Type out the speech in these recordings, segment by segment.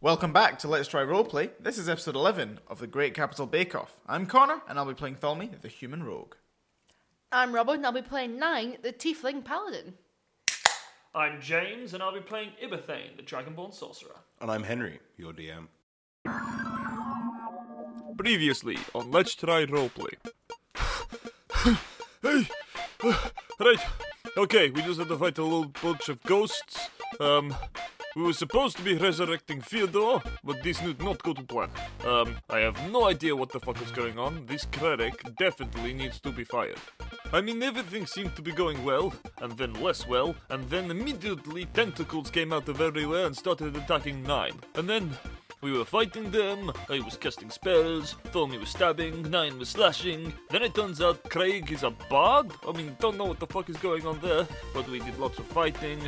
Welcome back to Let's Try Roleplay. This is episode 11 of the Great Capital Bake Off. I'm Connor, and I'll be playing Thelmy, the human rogue. I'm Robin, and I'll be playing Nine, the Tiefling Paladin. I'm James, and I'll be playing Ibathane, the Dragonborn Sorcerer. And I'm Henry, your DM. Previously on Let's Try Roleplay. hey! right, okay, we just had to fight a little bunch of ghosts. Um, we were supposed to be resurrecting Fyodor, but this did not go to plan. Um, I have no idea what the fuck is going on. This Kredek definitely needs to be fired. I mean, everything seemed to be going well, and then less well, and then immediately tentacles came out of everywhere and started attacking Nine. And then we were fighting them, I was casting spells, Tommy was stabbing, Nine was slashing, then it turns out Craig is a bard? I mean, don't know what the fuck is going on there, but we did lots of fighting.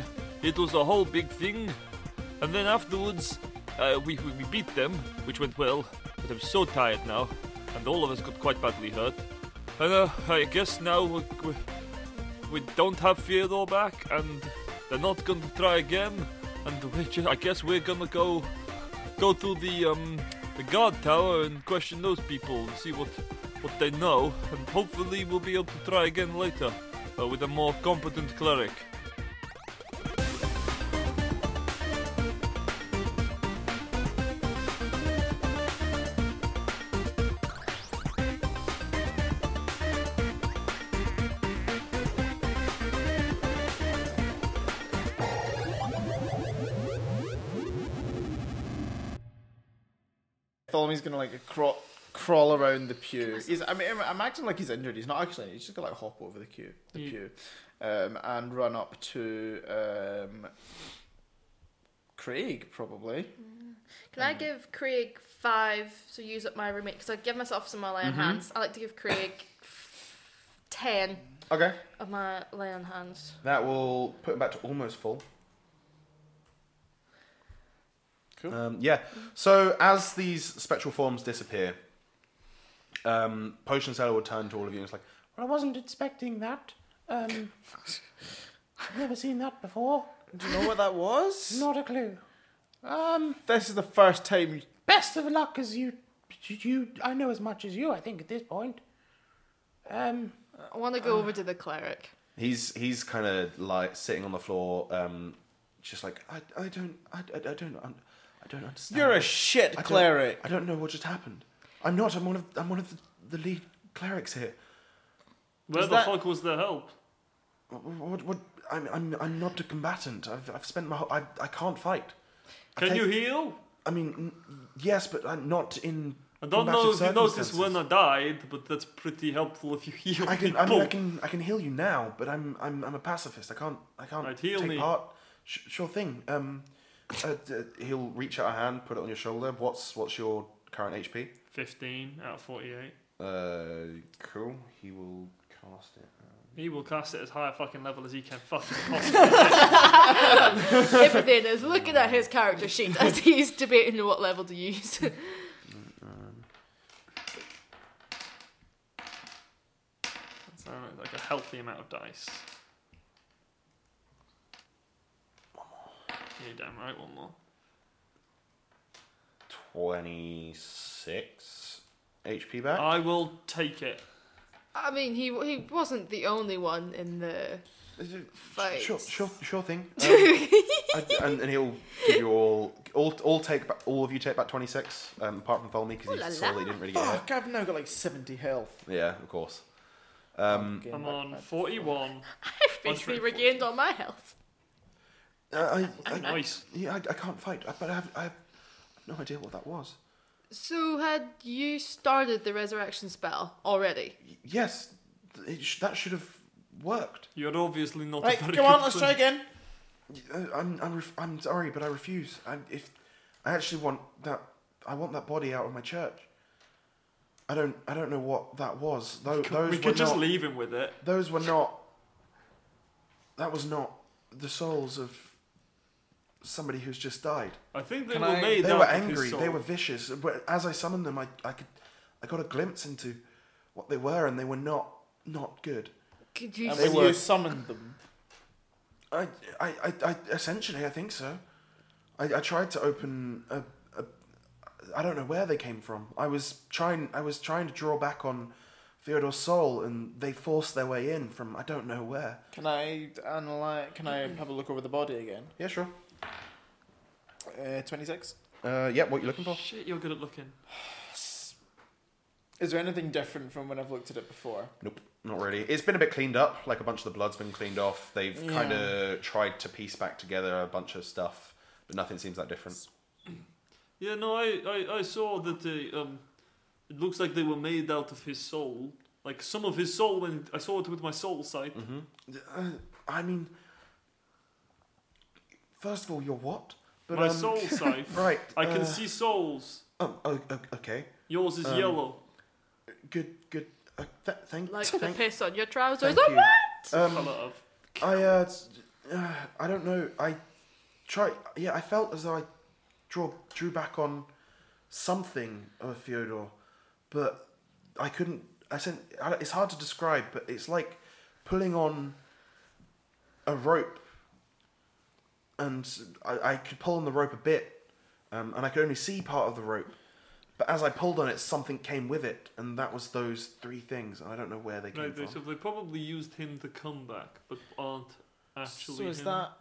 It was a whole big thing, and then afterwards, uh, we, we, we beat them, which went well, but I'm so tired now, and all of us got quite badly hurt. And uh, I guess now we, we, we don't have Theodore back, and they're not going to try again, and we just, I guess we're going to go go through the um the guard tower and question those people and see what what they know, and hopefully we'll be able to try again later uh, with a more competent cleric. Thelmy's gonna like crawl, crawl around the pew. He's, I mean, I'm- I'm acting like he's injured. He's not actually. He's just gonna like hop over the pew, the Yeah. pew, um, and run up to um, Craig probably. Can I give Craig five so use up my roommate? Because I give myself some more lay on hands. I like to give Craig ten Okay, of my lay on hands. That will put him back to almost full. Cool. Um, yeah. So as these spectral forms disappear, um, Potion Seller will turn to all of you and it's like, "Well, I wasn't expecting that. Um, I've never seen that before. do you know what that was? Not a clue. Um, This is the first time. you- best of luck, as you, you, I know as much as you. I think at this point. Um, I want to go over to the cleric. He's he's kind of like sitting on the floor, um, just like I, I don't I, I, I don't un- I don't understand. You're a I shit don't- cleric. I don't know what just happened. I'm not. I'm one of I'm one of the, the lead clerics here. Where Is the that- fuck was the help? What, what, what I'm I'm I'm not a combatant. I've I've spent my whole, I I can't fight. I Can take- you heal? I mean, n- yes, but I'm not in. I don't combative know if you noticed circumstances. when I died, but that's pretty helpful if you heal I can, people. I, mean, I can, I can heal you now, but I'm, I'm, I'm a pacifist. I can't, I can't Right, heal take me. part. Sh- sure thing. Um, uh, d- uh, he'll reach out a hand, put it on your shoulder. What's, what's your current HP? 15 out of 48. Uh, cool. He will cast it. He will cast it as high a fucking level as he can fucking possibly. Everything is looking at his character sheet as he's debating what level to use. so, like a healthy amount of dice. Yeah, damn right, one more. Twenty-six HP back. I will take it. I mean, he he wasn't the only one in the. Is it- fights. Sure, sure, sure thing. Um, I- and, and he'll give you all, all, all take, back, all of you take back twenty-six, um, apart from Tholme Ooh because la he saw la. that he didn't really get hit. Fuck! I've now got like seventy health. Yeah, of course. Um, Getting I'm back- on back to 41. I've basically Contrary regained all my health. Uh, I, I, Nice. yeah, I, I can't fight, I- but I have, I have no idea what that was. So had you started the resurrection spell already? Y- Yes, th- it sh- that should have worked. You're obviously not Right, a very come on, good let's person. try again. Y- uh, I'm, I'm, ref- I'm sorry, but I refuse. I, if I actually want that, I want that body out of my church. I don't, I don't know what that was. Tho- those We were could just not, leave him with it. Those were not. That was not the souls of somebody who's just died. I think they Can were I- made they out were of his angry. They soul. were vicious. But as I summoned them, I, I could, I got a glimpse into what they were, and they were not not good. Could you And They when were- you summoned them, I, I, I, I essentially, I think so. I, I tried to open a, I don't know where they came from. I was trying I was trying to draw back on Theodore's soul and they forced their way in from I don't know where. Can I analyze? Can I have a look over the body again? Yeah, sure. Uh, Twenty-six. Uh, yeah, what you looking for? Shit, you're good at looking. Is there anything different from when I've looked at it before? Nope, not really. It's been a bit cleaned up. Like a bunch of the blood's been cleaned off. They've Yeah. kind of tried to piece back together a bunch of stuff, but nothing seems that different. Yeah, no, I, I, I saw that they, um, it looks like they were made out of his soul. Like some of his soul, when I saw it with my soul sight. Uh, I mean, first of all, you're what? my um, soul sight. Right. I can uh, see souls. Oh, oh, oh, okay. Um, Yours is yellow. Good. Good. Uh, th- thank. Like the thank, piss on your trousers. thank Oh, you. what? Um, Colour of. I uh, uh, I don't know. I try. Yeah, I felt as though I draw drew back on something of Fyodor, but I couldn't. I said I don't- it's hard to describe, but it's like pulling on a rope, and I, I could pull on the rope a bit, um, and I could only see part of the rope. But as I pulled on it, something came with it, and that was those three things. And I don't know where they came Right, from. they, so they probably used him to come back, but aren't actually so is him. that?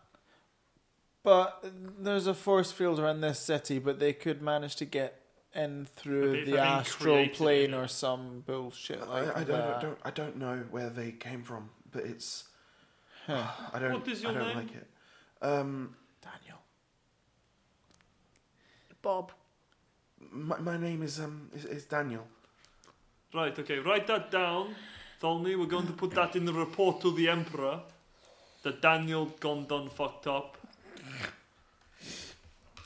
But there's a force field around this city, but they could manage to get in But through if the they astral created plane it. or some bullshit I, like I don't, that. I don't I don't know where they came from, but it's Huh. I don't What is your I don't name? like it. Um, Daniel. Bob. my, my name is um is, is Daniel. Right, okay, write that down. Tholme, we're going to put that in the report to the Emperor. That Daniel gone done fucked up.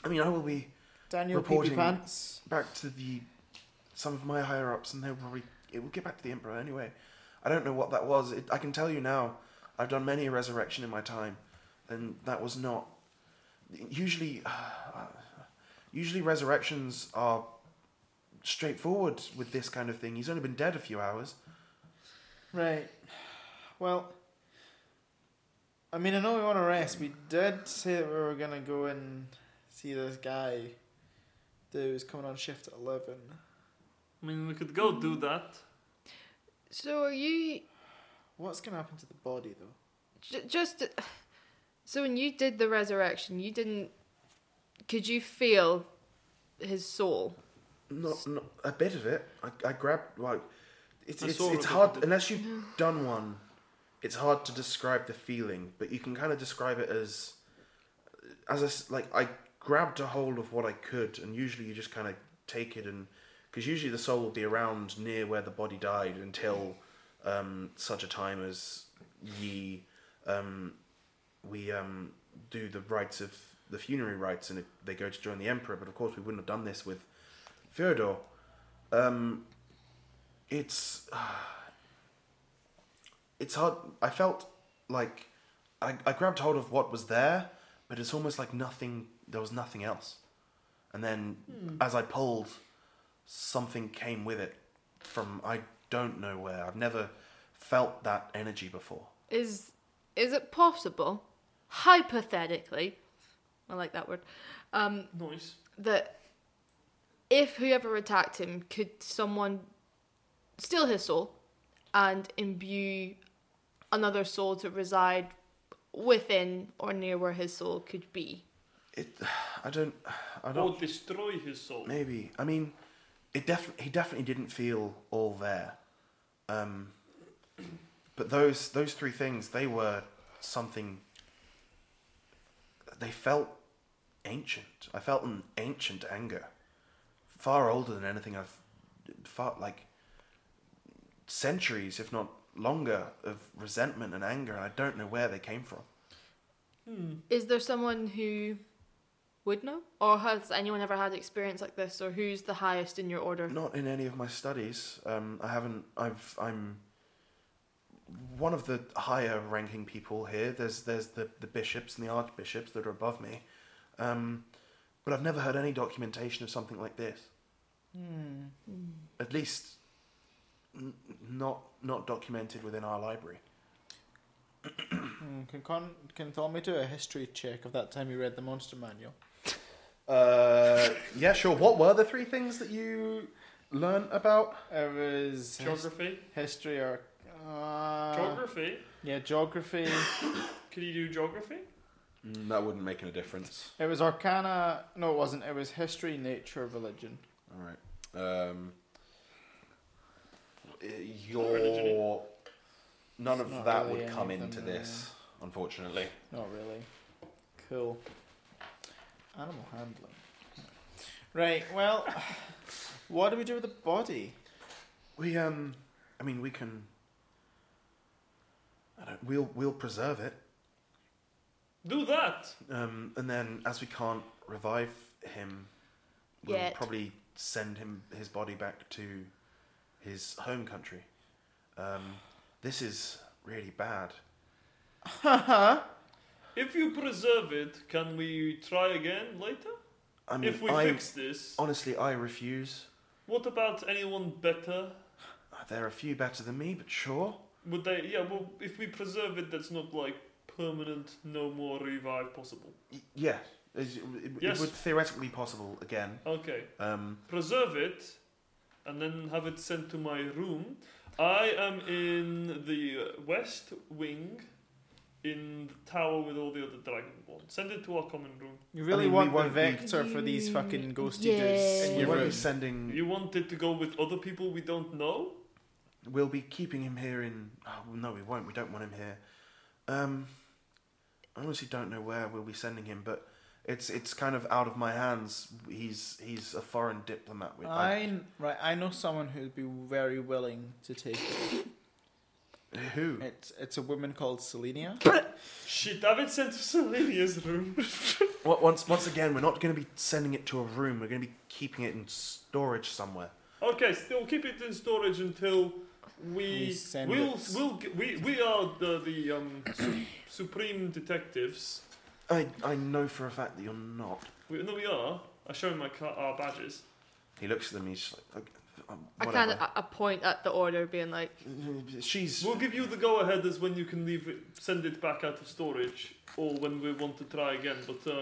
I mean, I will be Daniel Reporting. Peepy Pants. back to the some of my higher ups, and they'll probably it will get back to the emperor anyway. I don't know what that was. It, I can tell you now. I've done many a resurrection in my time, and that was not. Usually, uh, usually resurrections are straightforward with this kind of thing. He's only been dead a few hours. Right. Well, I mean, I know we want to rest. We did say that we were going to go and see this guy that was coming on shift at 11. I mean, we could go do that. So are you What's going to happen to the body, though? j- just? So when you did the resurrection, you didn't. Could you feel his soul? Not, not a bit of it. I, I grabbed like it's I it's, saw a it's bit hard of it. unless you've done one. It's hard to describe the feeling, but you can kind of describe it as as I s- like I grabbed a hold of what I could, and usually you just kind of take it and because usually the soul will be around near where the body died until um, such a time as ye um, we um, do the rites of the funerary rites and they go to join the emperor. But of course, we wouldn't have done this with Fyodor. Um, it's it's hard. I felt like I, I grabbed hold of what was there, but it's almost like nothing. There was nothing else. And then, as I pulled, something came with it from I don't know where. I've never felt that energy before. Is is it possible, hypothetically? I like that word. Um, Nice. that if whoever attacked him could someone steal his soul and imbue another soul to reside within or near where his soul could be. It. I don't. I don't. Or destroy his soul. Maybe. I mean, it def- he definitely didn't feel all there. Um, but those those three things, they were something. They felt ancient. I felt an ancient anger, far older than anything I've, far like. Centuries, if not longer, of resentment and anger, and I don't know where they came from. Is there someone who would know? Or has anyone ever had experience like this? Or who's the highest in your order? Not in any of my studies. Um, I haven't. I've. I'm one of the higher ranking people here. There's there's the the bishops and the archbishops that are above me, um, but I've never heard any documentation of something like this. At least, n- not not documented within our library. Mm, Hmm, Can Con can Thormy do a history check of that time he read the monster manual? Uh, yeah, sure. What were the three things that you learned about? It was his- Geography. history or. Uh, Geography. Yeah, geography. Could you do geography? Mm, That wouldn't make any difference. it was arcana. No, it wasn't. It was history, nature, religion. All right. Um, uh, your none of Not that really would any come of them, into yeah. this, unfortunately. Not really. Cool. Animal handling. Right, well, what do we do with the body? We um, I mean, we can. I don't. We'll we'll preserve it. Do that. Um, and then, as we can't revive him, we'll Yet. probably send him his body back to his home country. Um, this is really bad. If you preserve it, can we try again later? I mean, If we I, fix this, honestly, I refuse. what about anyone better? There are Uh, a few better than me, but sure. Would they? Yeah. Well, if we preserve it, that's not like permanent, no more revive possible. Y- yeah, it, it, Yes. it would theoretically be possible again. Okay. Um, preserve it and then have it sent to my room. I am in the uh, west wing in the tower with all the other dragonborn. Send it to our common room. You really mean, we want the won't be- vector for these fucking ghosty dudes Yeah. in we your won't room. be Hmm. sending. You want it to go with other people we don't know? We'll be keeping him here in. Oh, no, we won't. We don't want him here. Um, I honestly don't know where we'll be sending him, but it's it's kind of out of my hands. He's he's a foreign diplomat. We, I kn- right, I know someone who'd be very willing to take it. who? It's it's a woman called Selenia. Shit, have it sent to Selenia's room. Well, once once again, we're not going to be sending it to a room. We're going to be keeping it in storage somewhere. okay, still keep it in storage until We we send we'll, it. we'll g- we we are the the um su- supreme detectives. I I know for a fact that you're not. We, no, we are. I show him my car, our badges. He looks at them. He's just like, "Okay, um, I uh, whatever. kind of a point at the order, being like, She's We'll give you the go ahead as when you can leave it, send it back out of storage, or when we want to try again. But uh,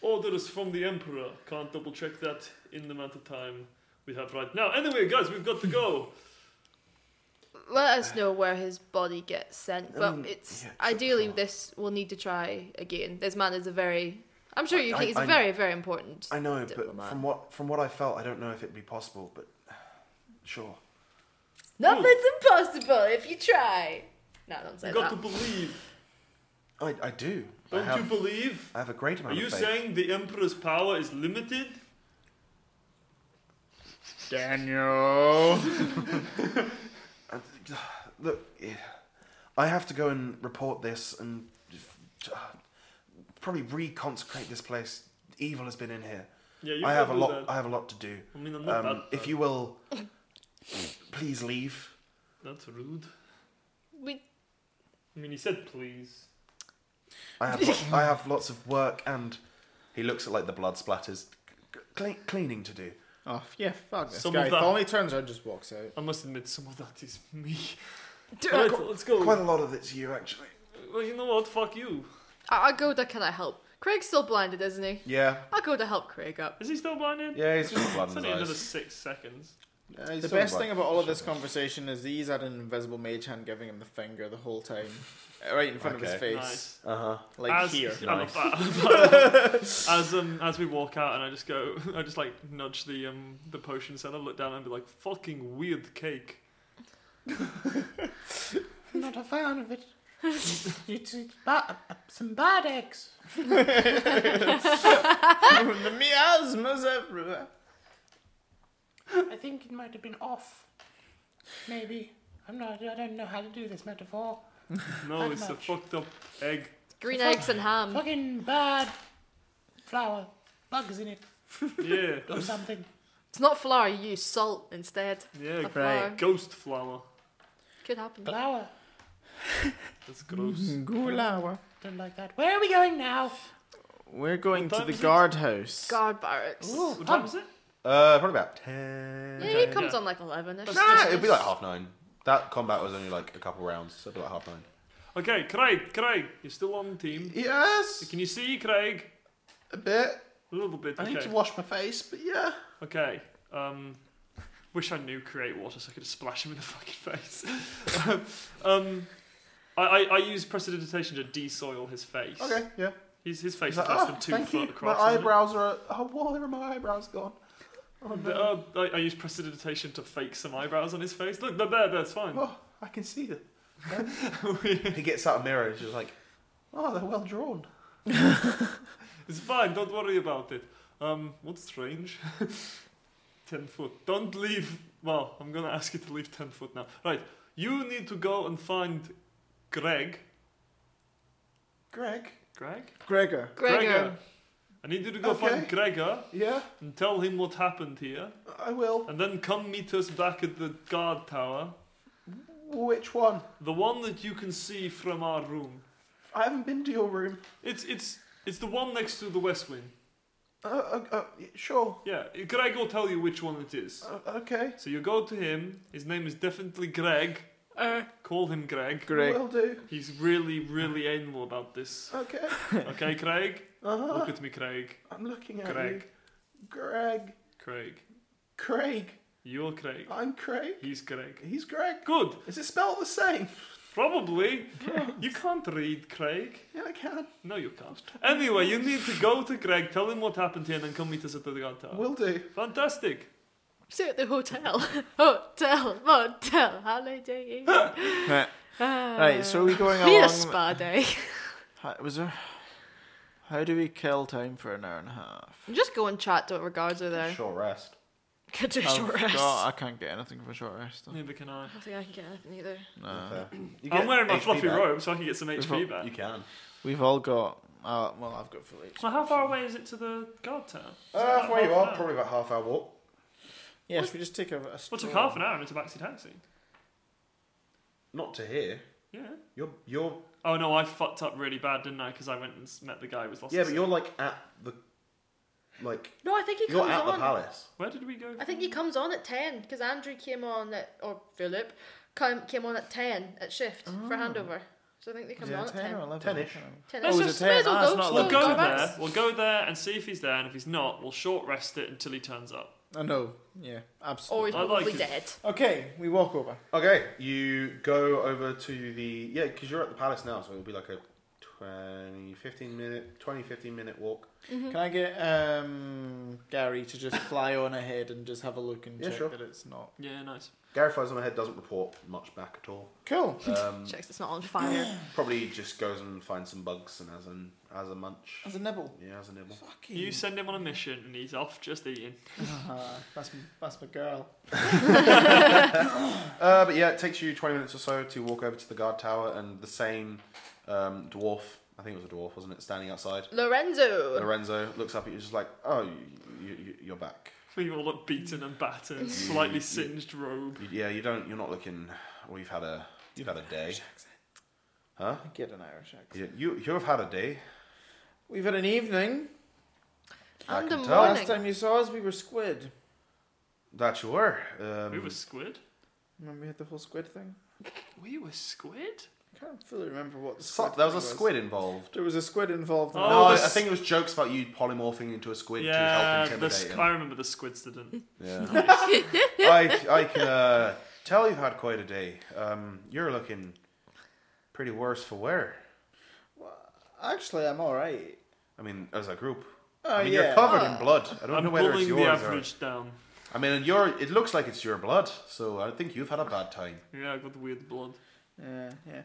orders from the Emperor can't double check that in the amount of time we have right now. Anyway, guys, we've got to go. let us know where his body gets sent. I But mean, it's yeah, sure, ideally sure. this we'll need to try again. This man is a very, I'm sure you I- think he's I- very, very important. I know, Diplomat. but from what from what I felt, I don't know if it'd be possible. But sure. Nothing's impossible if you try. No, don't say You've that. got to believe. I, I do. I Don't have, you believe? I have a great Are amount you of faith. saying the Emperor's power is limited? Daniel. Uh, Look, eh, I have to go and report this and uh, probably reconsecrate this place. Evil has been in here. Yeah, you I can have a do lot. That. I have a lot to do. I mean, I'm not bad. Um, at if that. you will, please leave. That's rude. we I mean, he said please. I have, lo- I have lots of work, and he looks at like the blood splatters, c- cle- cleaning to do. Oh, yeah, fuck this Some guy. of that- Finally turns around and just walks out. I must admit, some of that is me. Alright, let's go. Quite a lot of it's you, actually. Well, you know what? Fuck you. I- I'll go to can I help? Craig's still blinded, isn't he? Yeah, I'll go to help Craig up. Is he still blinded? yeah, he's just blood It's only another six seconds. The best thing about all of this conversation is he's had an invisible mage hand giving him the finger the whole time, Uh, right in front of his Okay. face, Nice. Uh huh. like as, here. I'm a fa- as um as we walk out and I just go, I just like nudge the um the potion center, look down and be like, fucking weird cake. Not a fan of it. it's it's ba- uh, some bad eggs. the miasmas everywhere. I think it might have been off. Maybe. I'm not. I don't know how to do this metaphor. No, Not it's a much. fucked up egg. Green eggs and ham. Fucking bad flour. Bugs in it Yeah, or something. It's not flour, you use salt instead. yeah, Of gr- flour. ghost flower. Could happen. Flour. That's Mm-hmm. gross. Gulawa. Don't like that. Where are we going now? We're going What to time the is it? guardhouse. Guard barracks. Ooh, What time hum. is it? Uh, probably about ten. Yeah, he comes yeah. on like 11 ish. That's- Nah, it'd be like half nine. That combat was only like a couple rounds, so it'd be like half nine. Okay, Craig, Craig, you're still on the team. Yes, Can you see Craig? a bit. A little bit. I okay. need to wash my face, but yeah. Okay. Um, wish I knew create water so I could splash him in the fucking face. um, I, I, I use prestidigitation to desoil his face. Okay, yeah. His, his face He's is like, less "Ah, than two thank foot you. across. My isn't it?" eyebrows are. Oh, why are my eyebrows gone? Oh, no. Uh, I, I use prestidigitation to fake some eyebrows on his face. Look, they're there. That's fine. oh I can see them. he gets out a mirror and he's just like, oh, they're well drawn. It's fine. Don't worry about it. Um, what's strange? ten foot. Don't leave. Well, I'm gonna ask you to leave ten foot now. Right. You need to go and find Greg. Greg? Greg. Gregor. Gregor. I need you to go Okay. find Gregor Yeah, and tell him what happened here, I will. and then come meet us back at the guard tower, Which one? the one that you can see from our room. I haven't been to your room. It's it's it's the one next to the west wing. Uh, uh, uh, y- sure. Yeah, Greg will tell you which one it is. Uh, okay. So you go to him. His name is definitely Greg. Call him Greg. Greg. Will do. He's really, really anal about this. Okay. Okay, Craig? Uh-huh. Look at me, Craig. I'm looking at you. Greg. Greg. Craig. Craig. You're Craig. I'm Craig. He's Craig. He's Greg. Good. Is it spelled the same? Probably. You can't read, Craig. Yeah, I can. No, you can't. Anyway, you need to go to Greg, tell him what happened here, and then come meet us at the guard tower. Will do. Fantastic. Stay at the hotel. hotel. Motel. Holiday. Ah. Right. right, so are we going Be a along? spa day. Hi- Was there? How do we kill time for an hour and a half? Just go and chat to what regards are there. Sure rest. Get to a I've short rest. got- I can't get anything for short rest. though. Neither can I. I don't think I can get anything either. No. You I'm get wearing my HP fluffy back. robe so I can get some HP You back. can. We've all got. Uh, well, I've got full HP. Well, how far away is it to the guard tower? Uh, Is it from where half an you are, hour? probably about half hour walk. Yes, we just take a. a Well, it took stroll. half an hour and it's a backseat taxi. Not to here. Yeah. You're you're Oh no, I fucked up really bad, didn't I? Because I went and s- met the guy who was lost. yeah, his son. but you're like at the like No, I think he you're comes at the on. palace. Where did we go? I think he comes on at 10 because Andrew came on at, or Philip, came, came on at 10 at shift for handover. So I think they come Is it on a at 10 or 11? 10. 10-ish. I can't remember. 10 Let's Oh, is just it 10? may as well Ah, go. it's not we'll We'll long. go go back. there. We'll go there and see if he's there, and if he's not, we'll short rest it until he turns up. I know. Yeah, Or absolutely. he's I like probably it. dead. Okay, we walk over. Okay, you go over to the yeah, because you're at the palace now, so it'll be like a 20, 15 minute, 20, 15 minute walk. Can I get um, Gary to just fly on ahead and just have a look and Yeah, check sure. that it's not Yeah, nice. Gary flies on ahead, doesn't report much back at all. cool? Um, Checks it's not on fire. probably just goes and finds some bugs and has an has a munch. As a nibble. Yeah, has a nibble. Fucking. You send him on a mission, and he's off just eating. Ah, that's m- that's my girl. Uh, but yeah, it takes you 20 minutes or so to walk over to the guard tower and the same um, dwarf, I think it was a dwarf, wasn't it, standing outside. Lorenzo. Lorenzo looks up at you, just like, oh, you, you, you're back. We all look beaten and battered, slightly singed robe. You- yeah, you don't. You're not looking. Well, you've had a. You've had a day, huh? I get an Irish accent. You, you you have had a day. We've had an evening. I And the can tell. morning. Last time you saw us, we were squid. That you were. Um, We were squid. Remember we had the whole squid thing? We were squid. I can't fully remember what the so- squid there was a thing squid involved. There was a squid involved. in Oh, no, that. I- the I s- think it was jokes about you polymorphing into a squid to help Yeah, the intimidate squ- him. I remember the squids didn't. Yeah. I, I can uh, tell you've had quite a day. Um, you're looking pretty worse for wear. Actually, I'm all right. I mean, as a group. Oh I mean, yeah. you're covered Oh. in blood. I don't I'm know whether it's pulling the yours or. average down. I mean, and your it looks like it's your blood, so I think you've had a bad time. Yeah, I got weird blood. Yeah, yeah.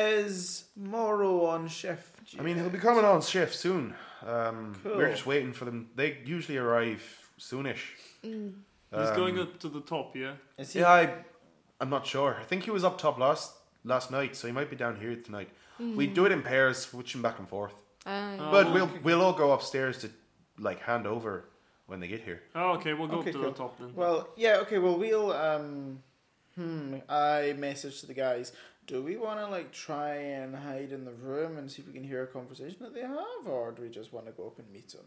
Is Moro on shift? I mean, he'll be coming on shift soon. Um, Cool. We're just waiting for them. They usually arrive soonish. He's Um, going up to the top, yeah. Is he? Yeah, I, I'm not sure. I think he was up top last last night, so he might be down here tonight. We do it in pairs, switching back and forth. Uh, Oh, but we'll we'll all go upstairs to like hand over when they get here. Oh, okay, we'll go Okay, up to cool. the top then. Well, yeah. Okay. Well, we'll. Um, hmm. I message to the guys. Do we want to like try and hide in the room and see if we can hear a conversation that they have, or do we just want to go up and meet them?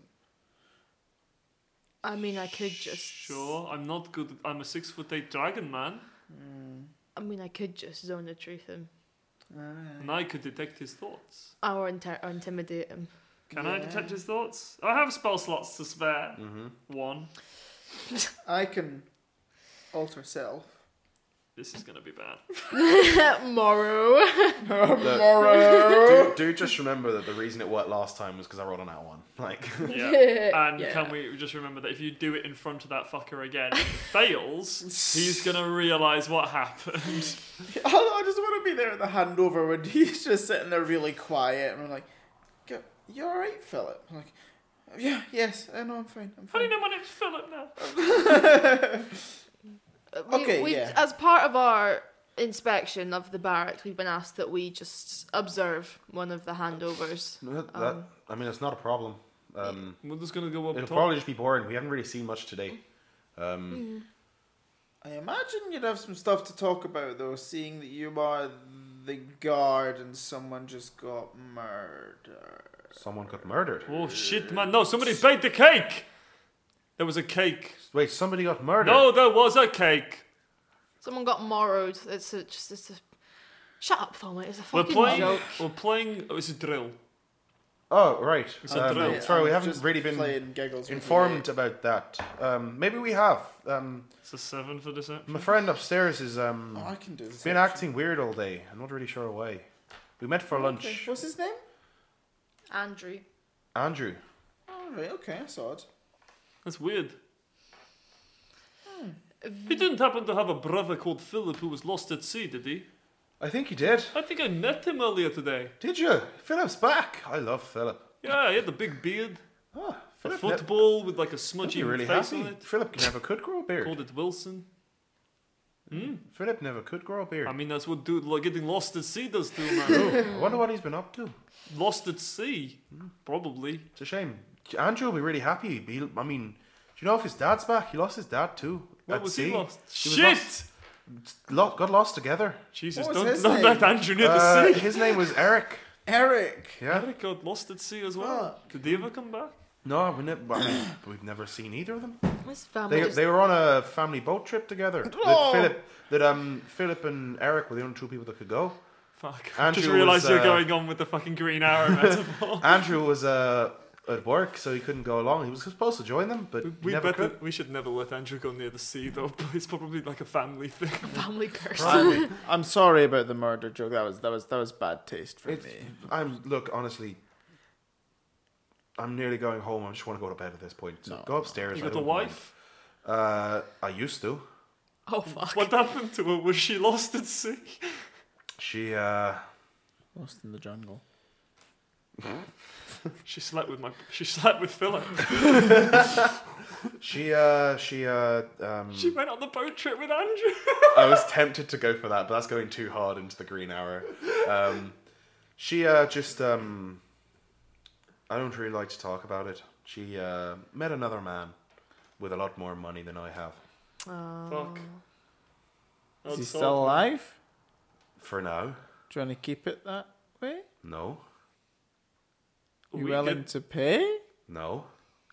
I mean, I could just. Sure, I'm not good. at- I'm a six foot eight dragon man, I mean, I could just zone the truth him and I could detect his thoughts. or inter- or intimidate him. Can I Yeah. detect his thoughts? I have spell slots to spare. Mm-hmm. One. I can alter self. This is gonna be bad. Morrow. Tomorrow. Do, do just remember that the reason it worked last time was because I rolled on that one. Like, Yeah. And Yeah. can we just remember that if you do it in front of that fucker again, and it fails, he's gonna realize what happened. I, I just want to be there at the handover when he's just sitting there really quiet, and I'm like, "Go- "You all right, Philip?" I'm like, "Yeah, yes, I know, I'm fine. I'm How fine." do you know my name's Philip now? We- Okay, we've- yeah. As part of our inspection of the barracks, we've been asked that we just observe one of the handovers. that, Um. I mean, it's not a problem. Um, We're just gonna go up It'll top. probably just be boring. We haven't really seen much today. Um, I imagine you'd have some stuff to talk about, though, seeing that you are the guard and someone just got murdered. Someone got murdered. Oh shit, man! No, somebody baked the cake. There was a cake. Wait, somebody got murdered. No, there was a cake. Someone got morrowed. It's a, just it's a. Shut up, Thomas. It's a We're fucking playing. joke. We're playing. Oh, it's a drill. Oh, right. a Um, drill. sorry, we I'm haven't just really been playing giggles with you, informed mate. about that. Um, maybe we have. Um, It's a seven for deception. my friend upstairs is um, Oh, I can do this. been actually. acting weird all day. I'm not really sure why. We met for lunch. Okay, What's his name? Andrew. Andrew. All Oh, right, okay, that's odd. That's weird. He didn't happen to have a brother called Philip who was lost at sea, did he? I think you did. I think I met him earlier today. Did you? Philip's back. I love Philip. Yeah, he had the big beard, Oh, a Philip. ne- football with like a made smudgy me really face happy. on it. Philip never could grow a beard. Called it Wilson. Philip never could grow a beard. I mean, that's what dude like getting lost at sea does to a man. I wonder what he's been up to. lost at sea, Hmm, probably. It's a shame. Andrew will be really happy. He'll, I mean, do you know if his dad's back? He lost his dad too. What at was sea. he lost? was Shit! lost- Lo- got lost together. Jesus, What was don't, his don't let name? Andrew near Uh, the sea. his name was Eric. Eric. Yeah. Eric got Oh lost at sea as well. Did they ever come back? No, we ne- I mean, we've never seen either of them. This family. They, just- they were on a family boat trip together. That Oh. Philip that um Philip and Eric were the only two people that could go. Fuck. I Andrew just realised was, you're uh, going on with the fucking green arrow metaphor. Andrew was uh at work, so he couldn't go along. He was supposed to join them, but We, he we never better, could. we should never let Andrew go near the sea, though. It's probably like a family thing. family curse. Probably. I'm sorry about the murder joke. That was that was that was bad taste for It's- me. I'm look honestly. I'm nearly going home. I just want to go to bed at this point. So No. go upstairs. You I got a don't mind. wife? Uh, I used to. Oh fuck. What happened to her? Was she lost at sea? She uh, Lost in the jungle. She slept with my. She slept with Philip. she uh, she uh, um. She went on the boat trip with Andrew. I was tempted to go for that, but that's going too hard into the green arrow. Um, she uh, just um. I don't really like to talk about it. She uh, met another man with a lot more money than I have Fuck. Is he That's still all. alive? for now. Do you want to keep it that way? No, You We willing get- to pay? no.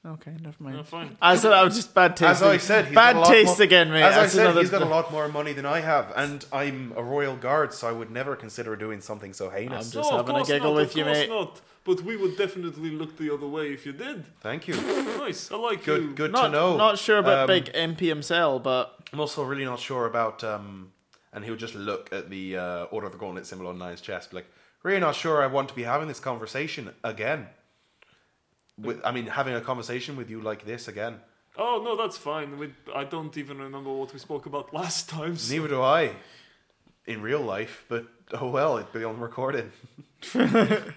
Okay, never mind. No, fine. I said that was just bad taste. As I said, he's got a bad lot taste more- again, mate. As I That's said, another- he's got a lot more money than I have, and I'm a royal guard, so I would never consider doing something so heinous. I'm just no, Oh, of having a course giggle not, with of you, course mate. Not. But we would definitely look the other way if you did. Thank you. Nice. I like you. Good, good Not, to know. not sure about Um, Big MP himself, but I'm also really not sure about. Um, and he'll just look at the uh, Order of the Gauntlet symbol on Nine's chest, be like, really not sure I want to be having this conversation again. With, I mean, having a conversation with you like this again. Oh no, that's fine. We, I don't even remember what we spoke about last time. so- Neither do I, in real life. But oh well, it'd be on recording.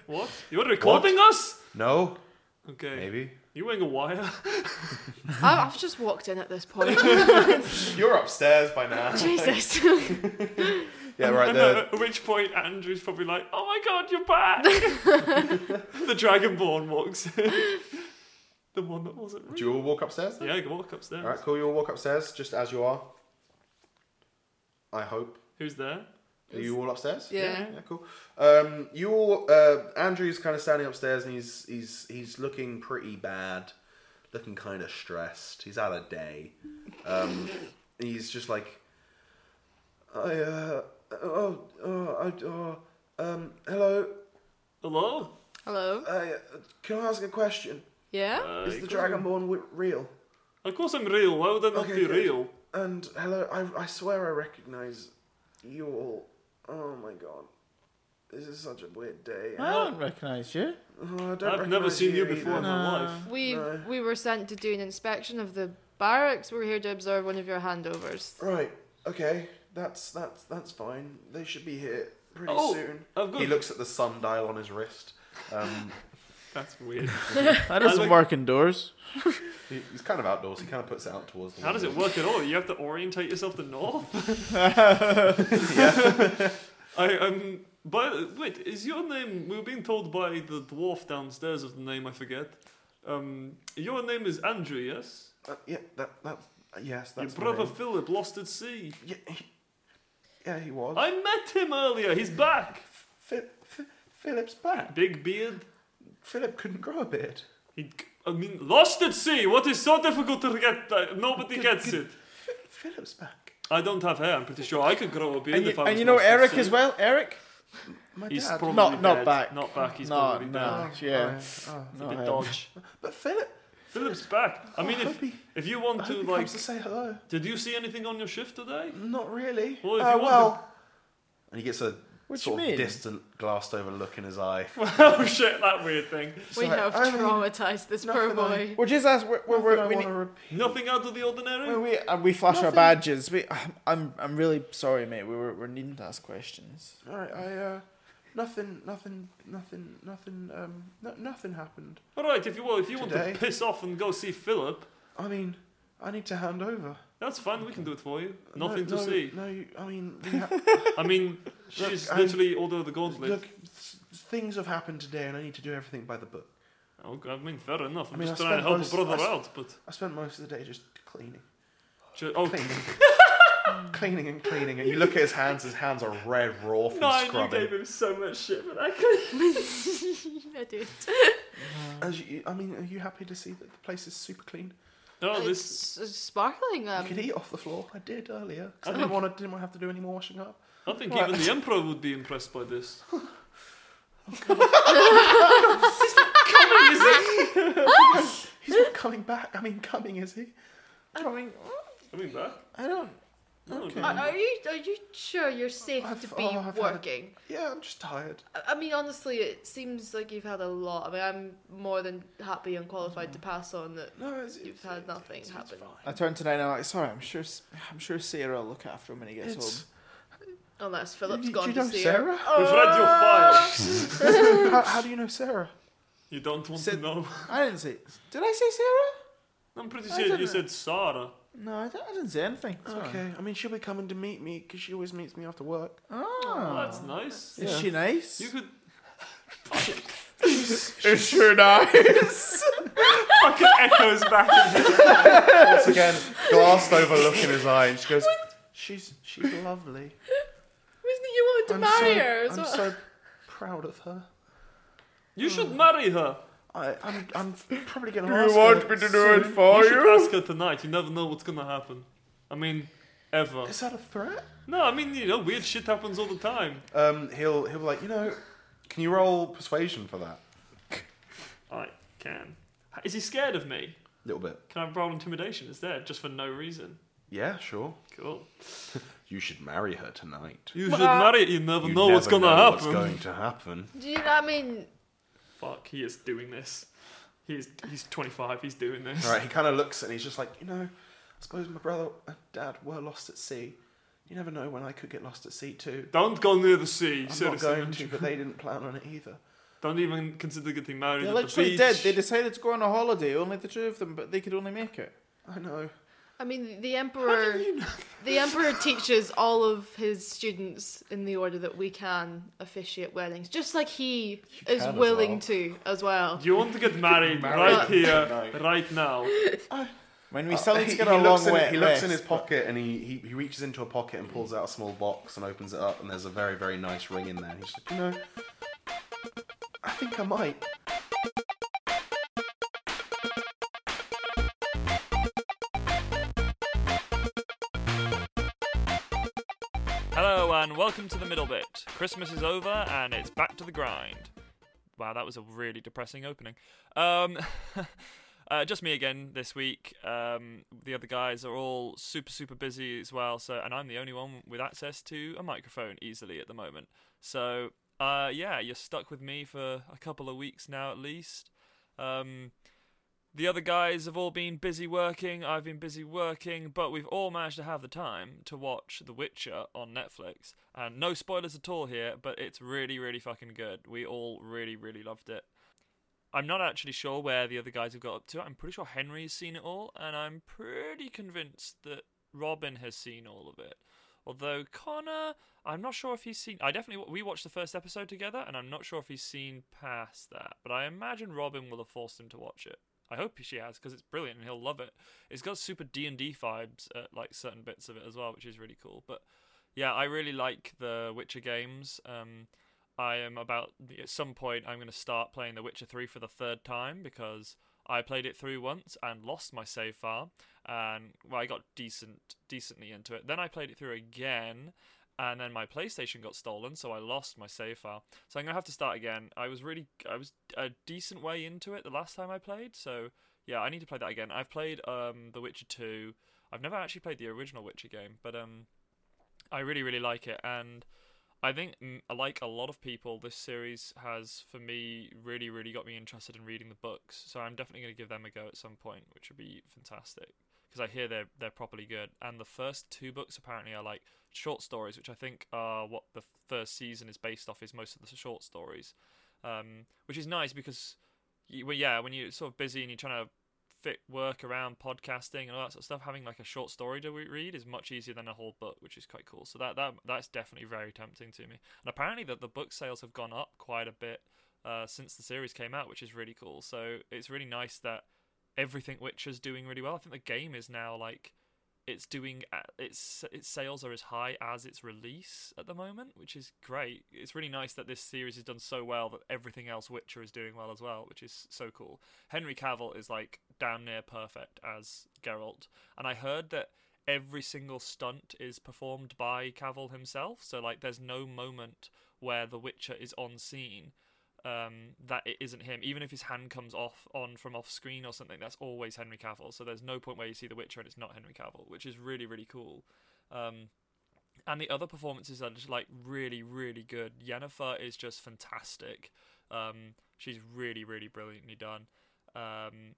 What? You're recording us? No, Okay. maybe You wearing a wire? I, I've just walked in at this point. you're upstairs by now. Jesus. Yeah, right. And The, at which point Andrew's probably like, "Oh my god, you're back!" the Dragonborn walks in. the one that wasn't. do Real. you all walk upstairs? Then? Yeah, go walk upstairs. All right, cool. You all walk upstairs just as you are. I hope. Who's there? Are you all upstairs? Yeah. Yeah, cool. Um, you all, uh, Andrew's kind of standing upstairs, and he's he's he's looking pretty bad, looking kind of stressed. He's had a day. Um, he's just like, I uh, oh, oh, I, oh, um, hello. Hello. Hello. Uh, can I ask a question? Yeah. Uh, Is the Dragonborn wi- real? Of course I'm real. Why would I not Okay, be good. real? And hello, I, I swear I recognize you all. Oh my god. This is such a weird day. I don't recognise you. Oh, I don't I've never recognize seen you before in either. my No. life. We No. we were sent to do an inspection of the barracks. We're here to observe one of your handovers. Right. Okay. That's that's that's fine. They should be here pretty Oh. soon. I've got. He looks at the sundial on his wrist. Um, That's weird. That doesn't like- work indoors. he, he's kind of outdoors. He kind of puts it out towards the. How does it work at all? You have to orientate yourself to north. I um. By wait, is your name? We were being told by the dwarf downstairs of the name I forget. Um, your name is Andrew, yes. Uh, yeah. That that. Yes. That's your my brother name. Philip lost at sea. Yeah. He, yeah. He was. I met him earlier. He's back. Phi- Phi- Philip's back. Big beard. Ah. Philip couldn't grow a beard. He, I mean, lost at sea. What is so difficult to get? Uh, nobody gets it. Philip's back. I don't have hair. I'm pretty sure I could grow a beard And if you, I was and you know lost at Eric sea. as well. Eric. My He's dad. probably Not- not dead. back. Not back. He's no, probably dead. no, yeah. Oh, It's a bit Not him. dodge. but Philip. Philip's back. I mean, I if hope he, if you I want hope to he like, comes to say hello. did you see anything on your shift today? Not really. Well, if oh you want well. And he gets a What sort you of mean? distant, glassed-over look in his eye. oh shit, that weird thing. It's We like, have I mean, traumatized this poor nothing I- boy. We're just asked. We're, we're, we're, nothing I we wanna need- repeat. Nothing out of the ordinary. Well, we uh, we flash our Nothing. badges. We, I'm I'm really sorry, mate. We were we're needing to ask questions. All right, I uh, nothing, nothing, nothing, nothing, um, no, nothing happened. All right, if you well, if you want Today. to piss off and go see Philip, I mean, I need to hand over. that's fine. We can do it for you. No- Nothing to no, see. No, you, I mean, we ha- I mean, she's I'm- literally order the gauntlet. look, s- things have happened today, and I need to do everything by the book. Oh, I mean, fair enough. I'm I mean, just I trying to spent help most- a brother I out, but I spent most of the day just cleaning, ju- oh, cleaning, cleaning, and cleaning. And you look at his hands; his hands are red, raw from nine, you scrubbing. gave him so much shit for that. guy. I do. As you, I mean, are you happy to see that the place is super clean? Oh, this. it's, it's sparkling. Um, you could eat off the floor. I did earlier. 'cause I I didn't want to, didn't want to have to do any more washing up. I think even the emperor would be impressed by this. Coming, is it? He's not coming back. I mean, coming is he? Coming back? I don't. No, Okay. are, are you are you sure you're safe I've- to be oh, I've had a- working? Yeah, I'm just tired. I- I mean, honestly, it seems like you've had a lot. I mean, I'm more than happy and qualified Mm. to pass on that No, it's, you've it's- had it's- nothing it's happen. I fine. turn to Nine and I'm like, sorry, I'm sure, S- I'm sure Sarah will look after him when he gets It's- Unless Philip's you, gone do you to know see her. Sarah? We've read your file. how, how do you know Sarah? You don't want to Said- know. home. I didn't say. Did I say Sarah? I'm pretty I sure you don't know. said Sarah. No, I, don't, I didn't say anything. Oh. It's fine. Okay, I mean, she'll be coming to meet me because she always meets me after work. Oh. Well, that's nice. Is Yeah. she nice? You could Is she nice? fucking echoes back. in here. Once again, glassed over look in his eye, and she goes, "She's she's lovely. Wasn't it you wanted I'm to marry her so, as I'm well? so proud of her. You should marry her. I, I'm I'm probably gonna. Do ask you want her me to do soon. it for you should you? ask her tonight. You never know what's gonna happen. I mean, ever. Is that a threat? No, I mean, you know, weird shit happens all the time. Um, he'll he'll be like, you know, can you roll persuasion for that? I can. Is he scared of me? A little bit. Can I roll intimidation? Is there just for no reason? Yeah, sure. Cool. You should marry her tonight. You should marry it. You never You know what's never gonna know happen. What's going to happen? Do you know what I mean? Fuck, he is doing this. He's he's 25. He's doing this. All right. He kind of looks and he's just like, you know, I suppose my brother and dad were lost at sea. You never know when I could get lost at sea too. Don't go near the sea. I'm not seriously. going to, but they didn't plan on it either. Don't even consider getting married. they at the literally beach. did. They decided to go on a holiday, only the two of them, but they could only make it. I know. I mean, the emperor. The emperor teaches all of his students in the order that we can officiate weddings, just like he is can as willing well. to as well. You want to get married right married here, tonight. right now. When we still need Uh, he, to get he a looks long in, way. He looks in his pocket and he, he, he reaches into a pocket and pulls out a small box and opens it up and there's a very very nice ring in there. He's just like, you know, I think I might. Hello and welcome to the middle bit. Christmas is over and it's back to the grind. Wow, that was a really depressing opening. Um, uh, just me again this week. Um, the other guys are all super, super busy as well. So, and I'm the only one with access to a microphone easily at the moment. So, uh, yeah, you're stuck with me for a couple of weeks now at least. Um, the other guys have all been busy working. I've been busy working, but we've all managed to have the time to watch The Witcher on Netflix. And no spoilers at all here, but it's really, really fucking good. We all really, really loved it. I'm not actually sure where the other guys have got up to. I'm pretty sure Henry's seen it all, and I'm pretty convinced that Robin has seen all of it. Although Connor, I'm not sure if he's seen. I definitely we watched the first episode together, and I'm not sure if he's seen past that. But I imagine Robin will have forced him to watch it. I hope she has because it's brilliant and he'll love it. It's got super D and D vibes at like certain bits of it as well, which is really cool. But yeah, I really like the Witcher games. Um, I am about at some point I'm going to start playing The Witcher 3 for the third time because I played it through once and lost my save file and well I got decent decently into it. Then I played it through again and then my PlayStation got stolen so I lost my save file. So I'm going to have to start again. I was really I was a decent way into it the last time I played, so yeah, I need to play that again. I've played um The Witcher 2. I've never actually played the original Witcher game, but um I really really like it and I think, mm, like a lot of people, this series has, for me, really, really got me interested in reading the books. So I'm definitely going to give them a go at some point, which would be fantastic because I hear they're they're properly good. And the first two books apparently are like short stories, which I think are what the first season is based off. Is most of the short stories, um, which is nice because, you, well, yeah, when you're sort of busy and you're trying to fit work around podcasting and all that sort of stuff, having like a short story to re- read is much easier than a whole book, which is quite cool. So that that that's definitely very tempting to me. And apparently that the book sales have gone up quite a bit uh, since the series came out, which is really cool. So it's really nice that everything Witcher's doing really well. I think the game is now like it's doing uh, its its sales are as high as its release at the moment, which is great. It's really nice that this series has done so well that everything else Witcher is doing well as well, which is so cool. Henry Cavill is like damn near perfect as Geralt, and I heard that every single stunt is performed by Cavill himself. So like, there's no moment where the Witcher is on scene um, that it isn't him. Even if his hand comes off on from off screen or something, that's always Henry Cavill. So there's no point where you see The Witcher and it's not Henry Cavill, which is really really cool. Um, and the other performances are just like really really good. Yennefer is just fantastic. Um, she's really really brilliantly done. Um,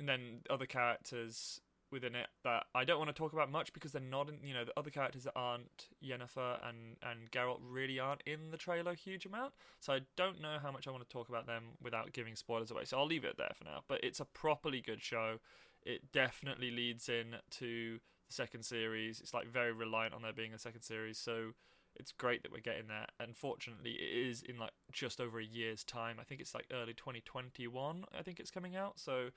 and then other characters within it that I don't want to talk about much because they're not in, you know, the other characters that aren't Yennefer and, and Geralt really aren't in the trailer a huge amount. So I don't know how much I want to talk about them without giving spoilers away. So I'll leave it there for now. But it's a properly good show. It definitely leads in to the second series. It's like very reliant on there being a second series. So it's great that we're getting that. Unfortunately, it is in like just over a year's time. I think it's like early 2021. I think it's coming out. So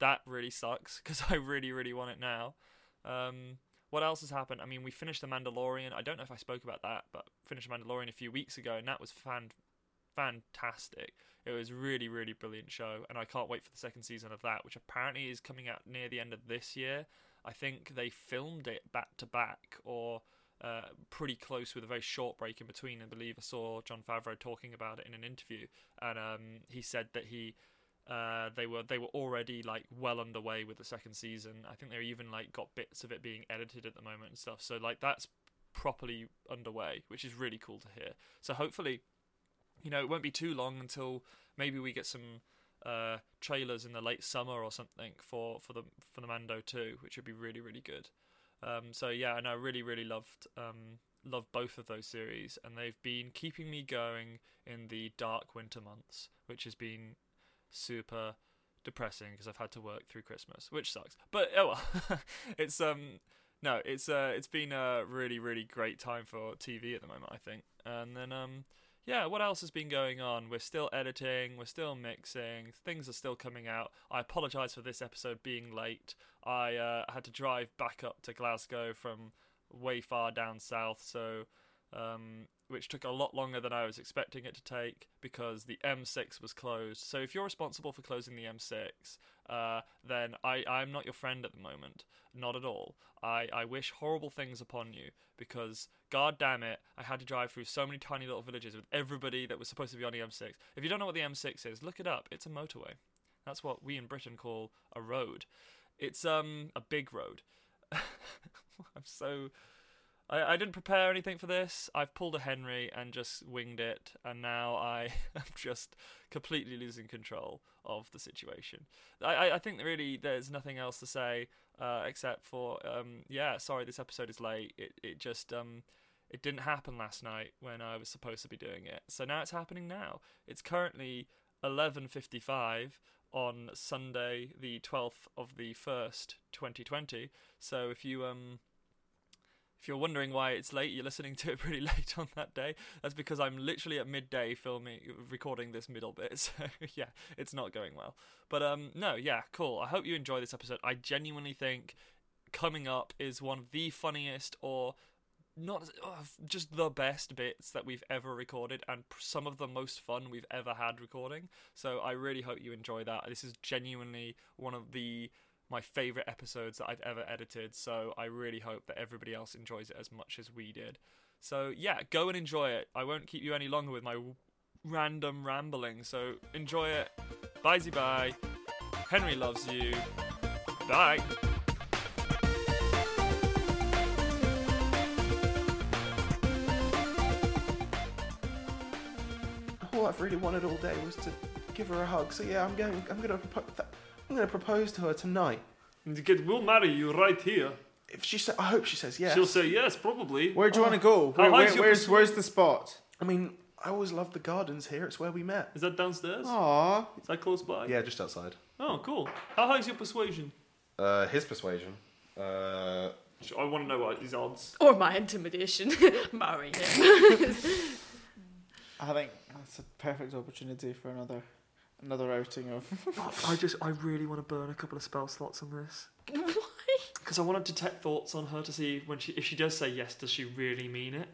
that really sucks because I really, really want it now. Um, what else has happened? I mean, we finished The Mandalorian. I don't know if I spoke about that, but finished The Mandalorian a few weeks ago, and that was fan- fantastic. It was really, really brilliant show, and I can't wait for the second season of that, which apparently is coming out near the end of this year. I think they filmed it back to back, or uh, pretty close with a very short break in between. I believe I saw John Favreau talking about it in an interview, and um, he said that he uh, they were they were already like well underway with the second season. I think they even like got bits of it being edited at the moment and stuff. So like that's properly underway, which is really cool to hear. So hopefully, you know, it won't be too long until maybe we get some uh, trailers in the late summer or something for for the for the Mando too, which would be really really good. Um, so yeah, and I really really loved um, loved both of those series, and they've been keeping me going in the dark winter months, which has been super depressing because I've had to work through Christmas, which sucks. But oh well, it's um no, it's uh it's been a really really great time for TV at the moment, I think. And then um yeah, what else has been going on? We're still editing, we're still mixing, things are still coming out. I apologize for this episode being late. I uh, had to drive back up to Glasgow from way far down south, so um, which took a lot longer than I was expecting it to take because the M6 was closed. So if you're responsible for closing the M6, uh, then I, I'm not your friend at the moment. Not at all. I, I wish horrible things upon you because, god damn it, I had to drive through so many tiny little villages with everybody that was supposed to be on the M6. If you don't know what the M6 is, look it up. It's a motorway. That's what we in Britain call a road. It's um a big road. I'm so I, I didn't prepare anything for this. I've pulled a Henry and just winged it, and now I am just completely losing control of the situation. I, I, I think that really there's nothing else to say uh, except for um, yeah, sorry, this episode is late. It it just um it didn't happen last night when I was supposed to be doing it. So now it's happening now. It's currently 11:55 on Sunday, the 12th of the 1st, 2020. So if you um if you're wondering why it's late, you're listening to it pretty late on that day. That's because I'm literally at midday filming, recording this middle bit. So yeah, it's not going well. But um, no, yeah, cool. I hope you enjoy this episode. I genuinely think coming up is one of the funniest or not oh, just the best bits that we've ever recorded and pr- some of the most fun we've ever had recording so i really hope you enjoy that this is genuinely one of the my favorite episodes that i've ever edited so i really hope that everybody else enjoys it as much as we did so yeah go and enjoy it i won't keep you any longer with my w- random rambling so enjoy it bye bye henry loves you bye All I've really wanted all day was to give her a hug. So yeah, I'm going. I'm gonna. Propo- th- I'm gonna propose to her tonight. And the kid will marry you right here. If she sa- I hope she says yes. She'll say yes, probably. Where Oh. do you want to go? Where, high's where- your where's perce- where's the spot? I mean, I always loved the gardens here. It's where we met. Is that downstairs? Aww. Is that close by? Yeah, just outside. Oh, cool. How high is your persuasion? Uh, his persuasion. Uh, Sh- I want to know what his odds. Or my intimidation. Marry him. I think that's a perfect opportunity for another another outing of. I just, I really want to burn a couple of spell slots on this. Why? Because I want to detect thoughts on her to see when she, if she does say yes, does she really mean it?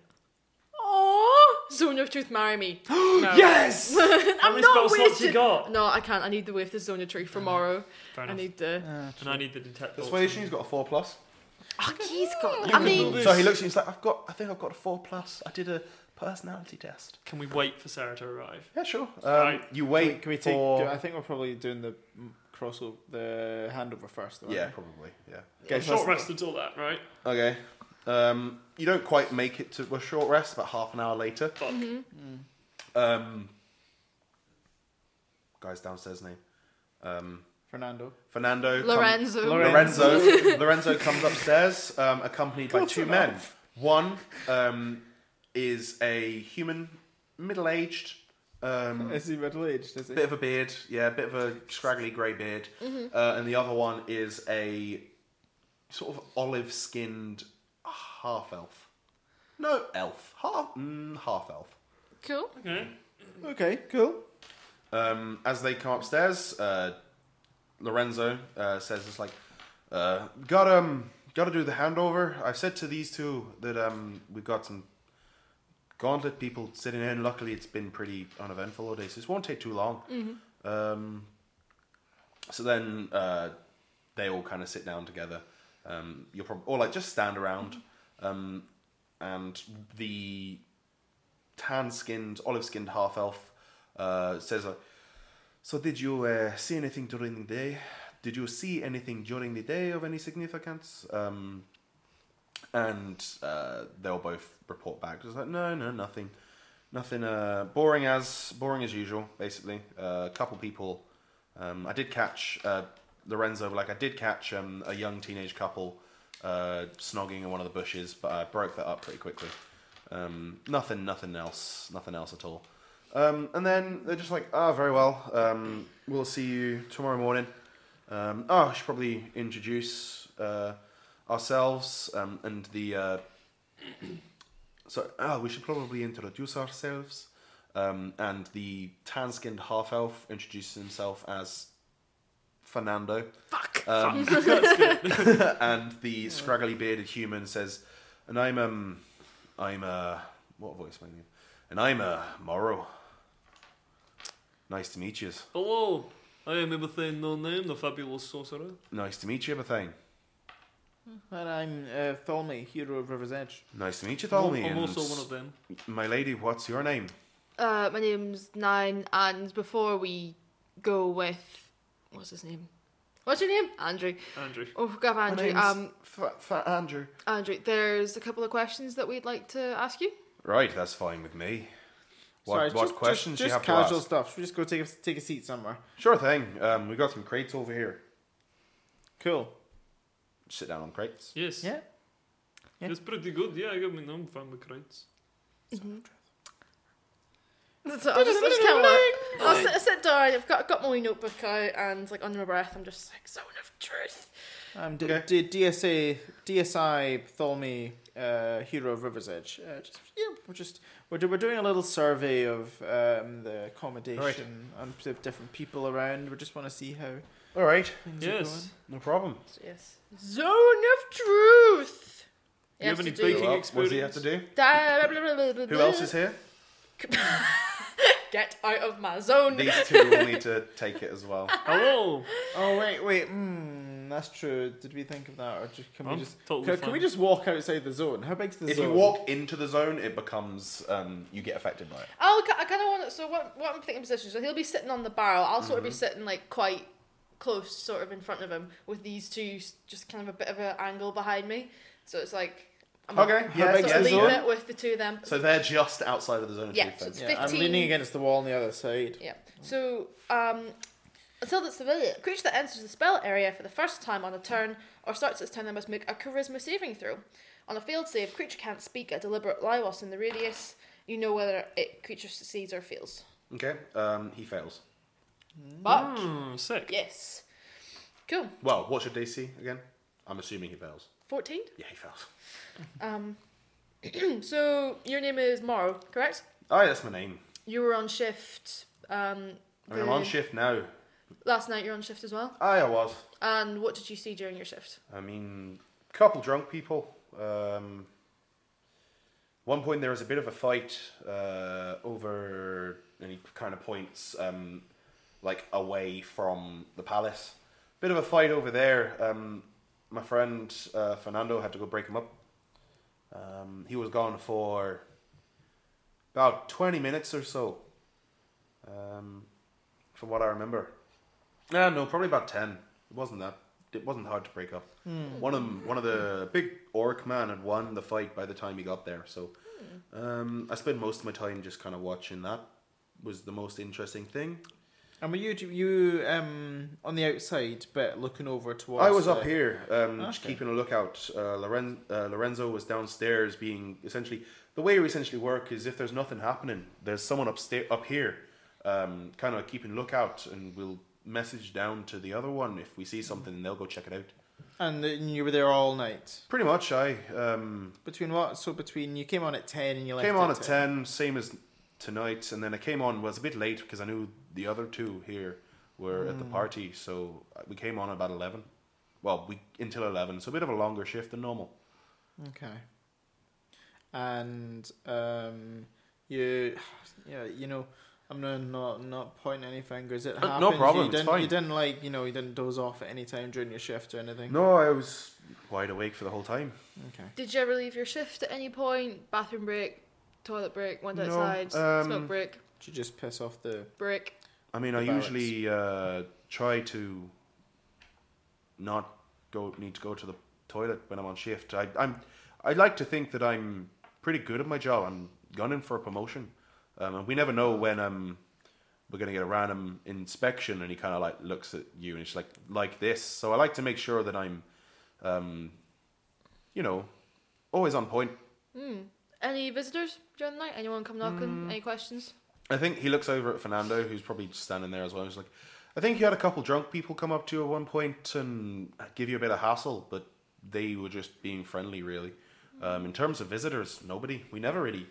Aww. Zone of truth, marry me. No. yes. How many Um, not spell slots you wasted- got? No, I can't. I need the wave to zone of truth for Morrow. Fair I enough. need the. and I need the detect thoughts. persuasion. He's got a four plus. Oh, he's got. I mean, So he looks at you. He's like, I've got. I think I've got a four plus. I did a personality test. Can we wait for Sarah to arrive? Yeah, sure. Um, Right. You wait Can we take? for. I think we're probably doing the mm, crossover, the handover first. Though, aren't yeah, we? probably. Yeah. Okay, so Short that's- rest until that, right? Okay. Um, you don't quite make it to a short rest. About half an hour later. Fuck. Um, guy's downstairs name. Um, Fernando. Fernando. come- Lorenzo. Lorenzo. Lorenzo. Lorenzo comes upstairs, um, accompanied by Close two men. enough. One um, is a human, middle-aged, um, Is he middle aged? Is he? bit of a beard, yeah, bit of a scraggly grey beard, uh, and the other one is a sort of olive-skinned half elf. No, elf. Half, mm, half elf. Cool. Okay. Okay, cool. Um, as they come upstairs, uh, Lorenzo uh, says, "It's like, uh, got um, got to do the handover. I've said to these two that um, we've got some gauntlet people sitting in. Luckily, it's been pretty uneventful all day, so this won't take too long." Um, so then uh, they all kind of sit down together. Um, you're probably or like just stand around, um, and the tan-skinned, olive-skinned half-elf uh, says, like, "So did you uh, see anything during the day? Did you see anything during the day of any significance?" Um, and uh, they'll both report back. It's like, "No, no, nothing, nothing. Uh, boring as boring as usual, basically. Uh, A couple people. Um, I did catch uh, Lorenzo. Like, I did catch um, a young teenage couple." Uh, snogging in one of the bushes, but I broke that up pretty quickly. Um, nothing, nothing else, nothing else at all. Um, and then they're just like, ah, very well. Um, we'll see you tomorrow morning. Um, oh, I should probably introduce uh, ourselves um, and the. Uh, so, ah, we should probably introduce ourselves. Um, and the tan-skinned half-elf introduces himself as Fernando. Fuck. Um, and the scraggly bearded human says, "And I'm um, I'm uh, What voice am I doing? And I'm uh, Morrow. Nice to meet you. Hello, I am Ibathane No Name, the fabulous sorcerer. Nice to meet you, Bethane. And I'm uh, Tholme, hero of River's Edge. Nice to meet you, Tholme. I'm and also one of them. My lady, what's your name? Uh, my name's Nine, and before we go with what's his name? What's your name? Andrew. Andrew. Oh, grab Andrew. name's- Um, Fat, fat Andrew. Andrew, there's a couple of questions that we'd like to ask you. Right, that's fine with me. What, Sorry, what just, just, questions do you have just casual to ask? stuff. Should we just go take a, take a seat somewhere? Sure thing. Um, we got some crates over here. Cool. Sit down on crates. Yes. Yeah. yeah. It's pretty good. Yeah, I got my own family crates. So I just, I just can't work. I'll sit, sit down. I've got got my notebook out, and like under my breath, I'm just like zone of truth. I'm Um, D- Okay. D- DSA DSI Tholme, uh, hero of River's Edge. Uh, just yeah, we're just we're, do, we're doing a little survey of um, the accommodation and the different people around. We just want to see how All right, things are going. Yes. no problem. So, yes, zone of truth. You have any Who baking el- What does he have experience? to do? Who Who else is here? Get out of my zone. These two will need to take it as well. Hello. Oh wait, wait. Mm, that's true. Did we think of that, or just, can I'm we just totally can, can fine. we just walk outside the zone? How big's the If zone? you walk into the zone, it becomes um, you get affected by it. I'll, ki- I kind of want. So what? What I'm thinking position. So he'll be sitting on the barrel. I'll sort of be sitting like quite close, sort of in front of him, with these two s- just kind of a bit of an angle behind me. So it's like. I'm Okay, Gonna, yeah, sort big of is leave the it with the two of them. So they're just outside of the zone. of Yeah, truth so then. it's yeah, I'm 15. leaning against the wall on the other side. Yeah. So, um, until the civilian creature that enters the spell area for the first time on a turn or starts its turn, they must make a charisma saving throw. On a failed save, creature can't speak a deliberate lie whilst in the radius. You know whether it creature succeeds or fails. Okay, um, he fails. But Hmm, sick. yes, cool. Well, what's your DC again? I'm assuming he fails. Fourteen. Yeah, he fails. Um, so your name is Morrow, correct? Oh, yeah, that's my name. You were on shift. Um, I mean, I'm on the- shift now. Last night you're on shift as well. Oh, yeah, I was. And what did you see during your shift? I mean, couple drunk people. Um, one point there was a bit of a fight uh, over any kind of points, um, like away from the palace. Bit of a fight over there. Um, my friend uh, Fernando had to go break him up. Um, he was gone for about twenty minutes or so, um, from what I remember. No, no, probably about ten. It wasn't that. It wasn't hard to break up. One of 'em- one of the big orc man had won the fight by the time he got there. So, um, I spent most of my time just kind of watching. That was the most interesting thing. And were you you um on the outside, but looking over towards? I was up the- here, um, just uh, Okay. keeping a lookout. Uh, Loren- uh, Lorenzo was downstairs, being essentially the way we essentially work is if there's nothing happening, there's someone upstairs up here, um, kind of keeping lookout, and we'll message down to the other one if we see something, and they'll go check it out. and then you were there all night. Pretty much, I um, Between what? So between you came on at ten and you left came on at at 10 same as tonight and then i came on was a bit late because i knew the other two here were at the party so uh, we came on about 11 well we until 11 so a bit of a longer shift than normal Okay. And um, you, yeah, you know, I'm not not not pointing any fingers. It Uh, happened. no problem, You it's didn't, fine. you didn't like you know you didn't doze off at any time during your shift or anything. no i was wide awake for the whole time Okay. Did you ever leave your shift at any point? Bathroom break, toilet break, went No, outside, um, smoke break, Did you just piss off the? break. i mean i The barracks. usually uh, try to not go need to go to the toilet when i'm on shift I, i'm i like to think that i'm pretty good at my job i'm gunning for a promotion um, and we never know when um we're going to get a random inspection and he kind of like looks at you and he's like like this so i like to make sure that i'm um you know always on point Any visitors during the night? Anyone come knocking? Mm. Any questions? i think he looks over at fernando who's probably just standing there as well he's like i think you had a couple drunk people come up to you at one point and give you a bit of hassle but they were just being friendly really um, in terms of visitors nobody we never really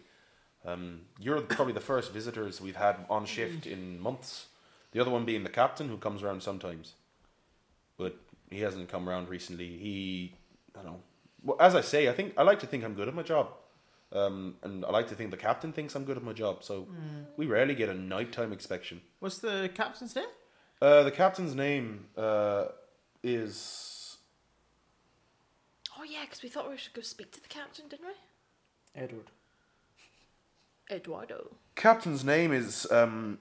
um, you're probably the first visitors we've had on shift in months the other one being the captain who comes around sometimes but he hasn't come around recently. He, I don't know. Well, as I say, I think I like to think I'm good at my job. Um, and I like to think the captain thinks I'm good at my job, so we rarely get a nighttime inspection. What's the captain's name? Uh, the captain's name uh, is Oh yeah, because we thought we should go speak to the captain, didn't we? Edward. Eduardo. captain's name is um,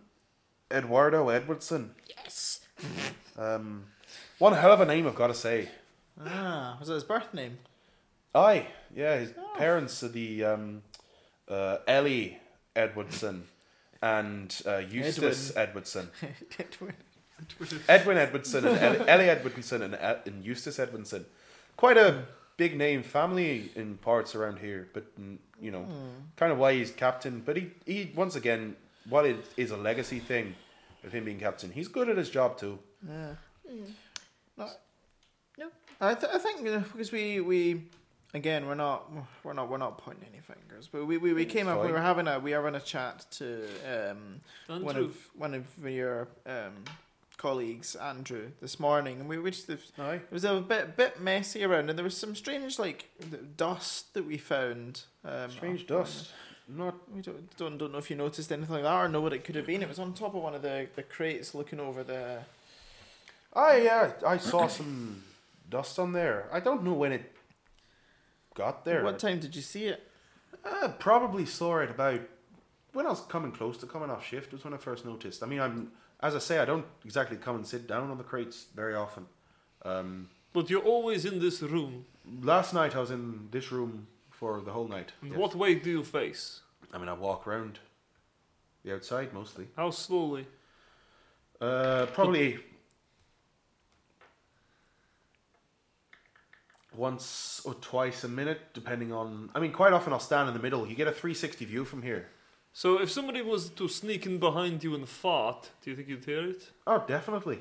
Eduardo Edwardson. Yes. Um, one hell of a name, I've got to say. Ah, was that his birth name? Aye, yeah, his parents are the um, uh, Ellie Edwardson and uh, Eustace Edwardson. Edward. Edwin Edwardson and Ellie, Ellie Edwardson and, El- and Eustace Edwardson. Quite a big name family in parts around here, but mm, you know, kind of why he's captain. But he, he once again, what it is a legacy thing of him being captain, he's good at his job too. Yeah. Hmm. No. No. I, th- I think you know, because we we again we're not we're not we're not pointing any fingers, but we, we, we came up we fine. were having a we were having a chat to um Andrew. one of one of your um colleagues Andrew this morning, and we we just it Aye. was a bit bit messy around, and there was some strange like th- dust that we found. Um, Strange on- dust. Not we don't, don't don't know if you noticed anything like that or know what it could have been. It was on top of one of the, the crates looking over the. I yeah, I saw some dust on there. I don't know when it got there. What time did you see it? Uh, probably saw it about when I was coming close to coming off shift was when I first noticed. I mean, I'm as I say, I don't exactly come and sit down on the crates very often. Um, But you're always in this room. last night I was in this room for the whole night. And yes. What way do you face? I mean, I walk around the outside mostly. How slowly? Uh, probably once or twice a minute, depending on. I mean, quite often I'll stand in the middle. You get a 360 view from here. So if somebody was to sneak in behind you and fart, do you think you'd hear it? Oh, definitely.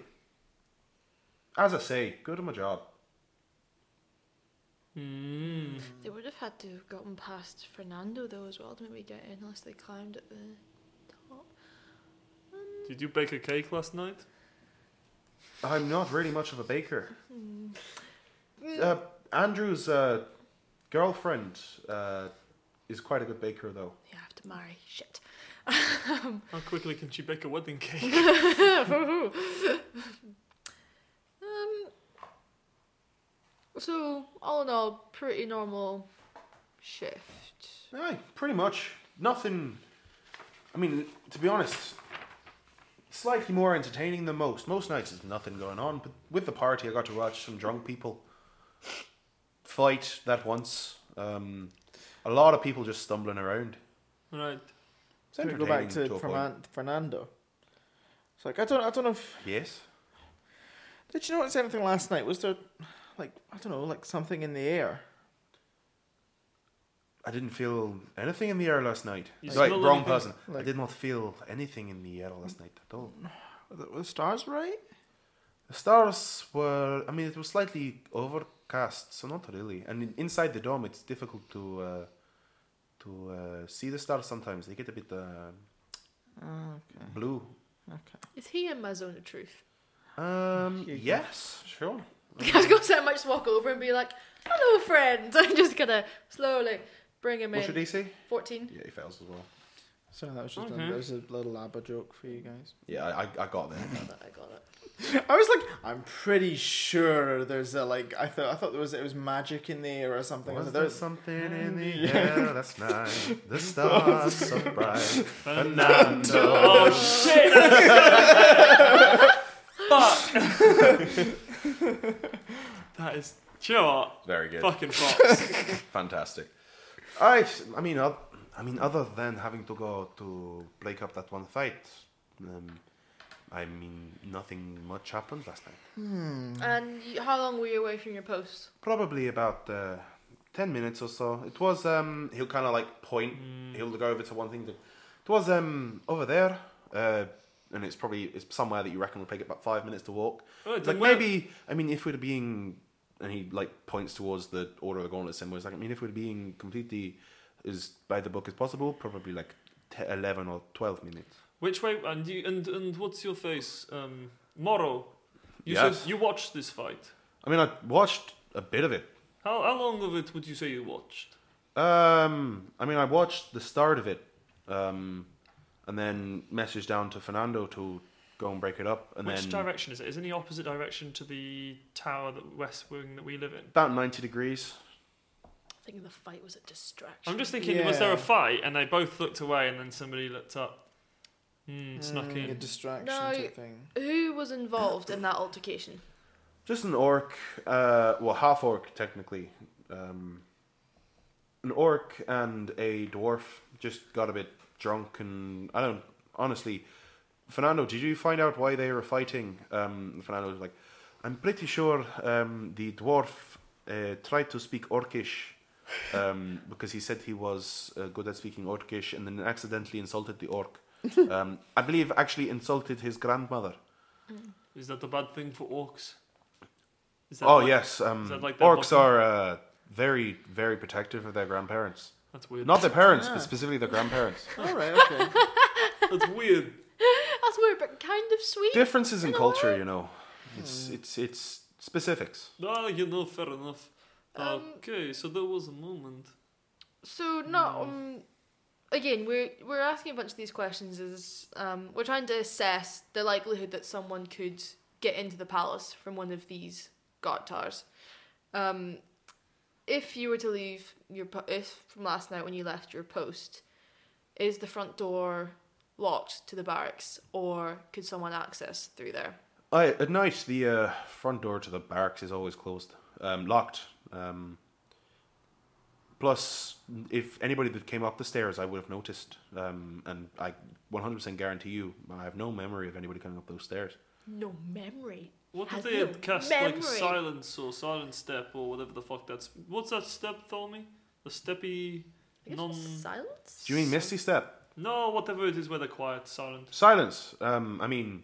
As I say, good at my job. Mm. They would have had to have gotten past Fernando though as well to maybe get in unless they climbed at the top. Did you bake a cake last night? I'm not really much of a baker. Uh, Andrew's uh, girlfriend uh, is quite a good baker, though. Yeah, I have to marry. Shit. How quickly can she bake a wedding cake? um. So all in all, pretty normal shift. Aye, pretty much. Nothing. I mean, to be honest, slightly more entertaining than most. Most nights there's nothing going on, but with the party, I got to watch some drunk people fight that once. Um, a lot of people just stumbling around. right. It's Can we go back entertaining to, a point. Fernan- Fernando? It's like I don't I don't know if Yes. did you notice anything last night? Was there like I don't know like something in the air? I didn't feel anything in the air last night. You right, smell wrong anything? person. I Like- did not feel anything in the air last night at all. Were the, were the stars right? The stars were, I mean, it was slightly overcast, so not really. And in, inside the dome, it's difficult to uh, to uh, see the stars sometimes. They get a bit uh, Okay. blue. Is he in my zone of truth? Um, Here you go. yes, sure. I was gonna say I might just walk over and be like, "Hello, friend." I'm just gonna slowly bring him What in. should he say? Fourteen. Yeah, he fails as well. Sorry, that was just Okay. Mm-hmm. that was a little ABBA joke for you guys. Yeah, I, I- I got that. I got it. I was like, I'm pretty sure there's a like I thought I thought there was it was magic in the air or something. I Was was Mm, there like, something in the air? That's nice. The stars so bright. Fernando. Oh shit! Fuck! that is. Do you know what? Very good. Fucking fox. Fantastic. I, I mean, oth- I mean, other than having to go to break up that one fight, um, I mean, nothing much happened last night. And you, how long were you away from your post? Probably about uh, ten minutes or so. It was. Um, he'll kind of like point. He'll go over to one thing. That, it was um over there, uh, and it's probably it's somewhere that you reckon will take about five minutes to walk. Right, like then where- maybe I mean if we're being and he like points towards the order of the gauntlet symbol. It's like I mean if we're being completely as by the book as possible, probably like te- eleven or twelve minutes. Which way? And you and and what's your face? Um, Moro. You Yes. said you watched this fight. I mean I watched a bit of it. How how long of it would you say you watched? Um, I mean, I watched the start of it, um, and then messaged down to Fernando to go and break it up, and Which then direction is it? Isn't the opposite direction to the tower, the west wing that we live in? about ninety degrees. I think the fight was a distraction. I'm just thinking, was there Yeah. a fight? And they both looked away, and then somebody looked up. Hmm, Uh, snuck Mm, a in. distraction No, type thing. Who was involved in that altercation? Just an orc, uh, well, half orc technically. Um, an orc and a dwarf just got a bit drunk, and I don't honestly. Fernando, did you find out why they were fighting? Um, Fernando was like, "I'm pretty sure um, the dwarf uh, tried to speak Orcish um, because he said he was uh, good at speaking Orcish, and then accidentally insulted the orc. Um, I believe actually insulted his grandmother. Is that a bad thing for orcs? Is that Oh like- yes, um, that like that orcs button? are uh, very, very protective of their grandparents. That's weird. Not their parents, Ah. but specifically their grandparents. All right, okay. That's weird. That's weird, but kind of sweet. Differences in In a culture, you know, it's it's it's specifics. Ah, you know, fair enough. Um, okay, so there was a moment. so not um, again. We're we're asking a bunch of these questions. Is um, we're trying to assess the likelihood that someone could get into the palace from one of these guard towers. Um, if you were to leave your po- if from last night when you left your post, is the front door locked to the barracks, or could someone access through there? I, at night, the uh, front door to the barracks is always closed, um, locked. Um, plus, if anybody that came up the stairs, I would have noticed, um, and I 100% guarantee you, I have no memory of anybody coming up those stairs. No memory. What Has if they no had cast like memory. silence or silent step or whatever the fuck that's? What's that step, Tholme? The steppy, I guess non. just silence. Do you mean Misty Step? No, whatever it is, where they're quiet, silent. Silence. Um, I mean,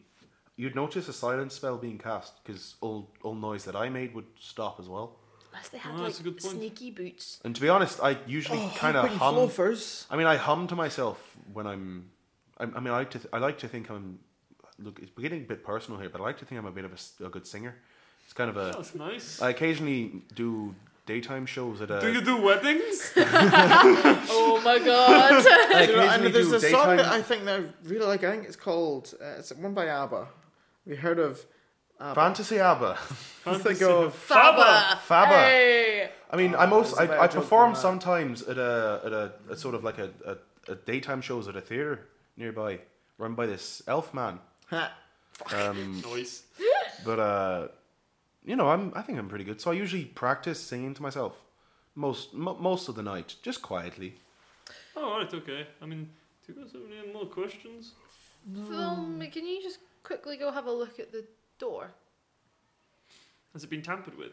you'd notice a silence spell being cast because all all noise that I made would stop as well. Unless they had Oh, like that's a good point. sneaky boots. And to be honest, I usually Oh, kind of Pretty hum. Loafers. I mean, I hum to myself when I'm. I, I mean, I like to. Th- I like to think I'm. Look, it's getting a bit personal here, but I like to think I'm a bit of a s- a, good singer. It's kind of a. That's nice. I occasionally do daytime shows at a. Do you do weddings? Oh my god. I You know, and occasionally there's do a song daytime. that I think that I really like. I think it's called. Uh, it's one by ABBA. Have you heard of ABBA? Fantasy ABBA. I think of Faba! Faba. Hey. I mean, I'm also there's Oh, a better I, I joke perform than that. sometimes at a at a, a sort of like a, a, a daytime shows at a theater nearby, run by this elf man. Ha. Um, Noise. but uh, you know, I'm I think I'm pretty good. So I usually practice singing to myself most mo most of the night, just quietly. Oh, alright, okay. I mean, do you guys have any more questions? Film, can you just quickly go have a look at the door? Has it been tampered with?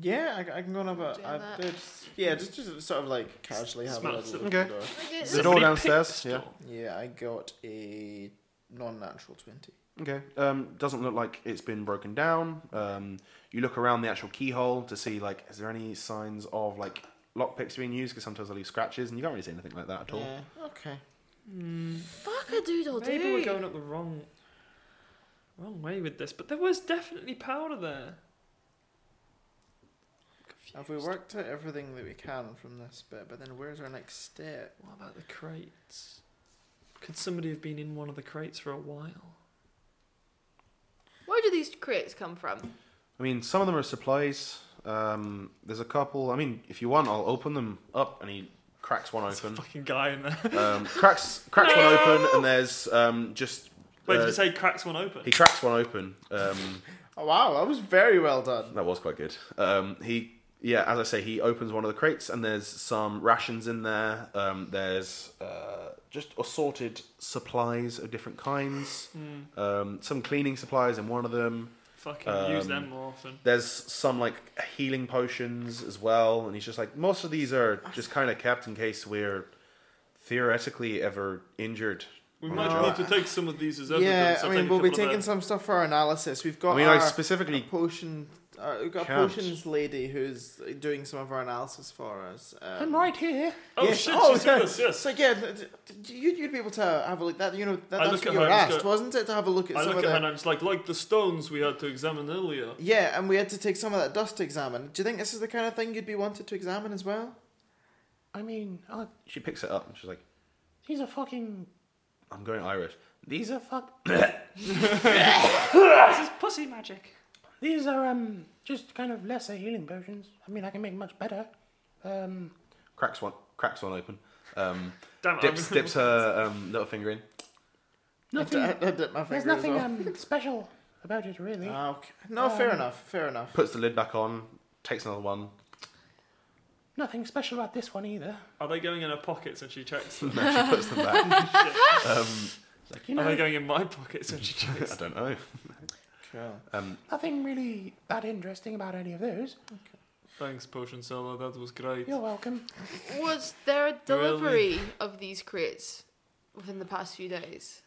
Yeah, I, I can go and have Do a. I, that. there's- yeah, just, just sort of like casually have a Smash little it. look at Okay. the door. Like, it's- The door Somebody downstairs. picked the Yeah. door. Yeah, I got a non-natural twenty. Okay. Um, doesn't look like it's been broken down. Um, you look around the actual keyhole to see like is there any signs of like lockpicks being used? Because sometimes I leave scratches, and you can't really see anything like that at all. Yeah. Okay. Hmm. Fuck a doodle Maybe we're do. going up the wrong, wrong way with this, but there was definitely powder there. Have we worked out everything that we can from this bit? But then where's our next step? What about the crates? Could somebody have been in one of the crates for a while? Where do these crates come from? I mean, some of them are supplies. Um, there's a couple. I mean, if you want, I'll open them up. And he cracks one There's a open. fucking guy in there. Um, cracks cracks one open, and there's um, just. Wait, uh, did you say cracks one open? he cracks one open. Um, Oh wow, that was very well done. that was quite good. Um, he, yeah, as I say, he opens one of the crates, and there's some rations in there. Um, there's uh, just assorted supplies of different kinds. Hmm. Um, some cleaning supplies in one of them. Fucking use Um, them more often. There's some like healing potions as well, and he's just like most of these are just kind of kept in case we're theoretically ever injured. We on a might job. need to take some of these as evidence. Yeah, I I'll mean, take a we'll be couple of taking them. some stuff for our analysis. We've got I mean, our I specifically potion. Uh, we've got a Can't. potions lady who's doing some of our analysis for us. Um, I'm right here. Oh yes. shit, Oh, she's yeah. with us, yes. So yeah, th- th- you, you'd be able to have a look. That you know, that, I that's look what at you her were and just asked, go- wasn't it? To have a look at I some look of at the her and I'm just like, like the stones we had to examine earlier. yeah, and we had to take some of that dust to examine. Do you think this is the kind of thing you'd be wanted to examine as well? I mean, I... she picks it up and she's like, "These are fucking." I'm going Irish. These are fuck. This is pussy magic. These are um just kind of lesser healing potions. I mean, I can make much better. Um, cracks one. Cracks one open. Um, Damn it. dips I'm- dips her um, little finger in. nothing. I, I dipped my finger there's as nothing well. um special about it really. Ah, okay. No, fair enough. Fair enough. Puts the lid back on. Takes another one. nothing special about this one either. Are they going in her pockets and she checks And them? then she puts them back. um, it's like you Are know, they going in my pockets and she checks I don't know. Cool. Um, Nothing really that interesting about any of those. Thanks, potion seller. That was great. You're welcome. Was there a delivery of these crates within the past few days?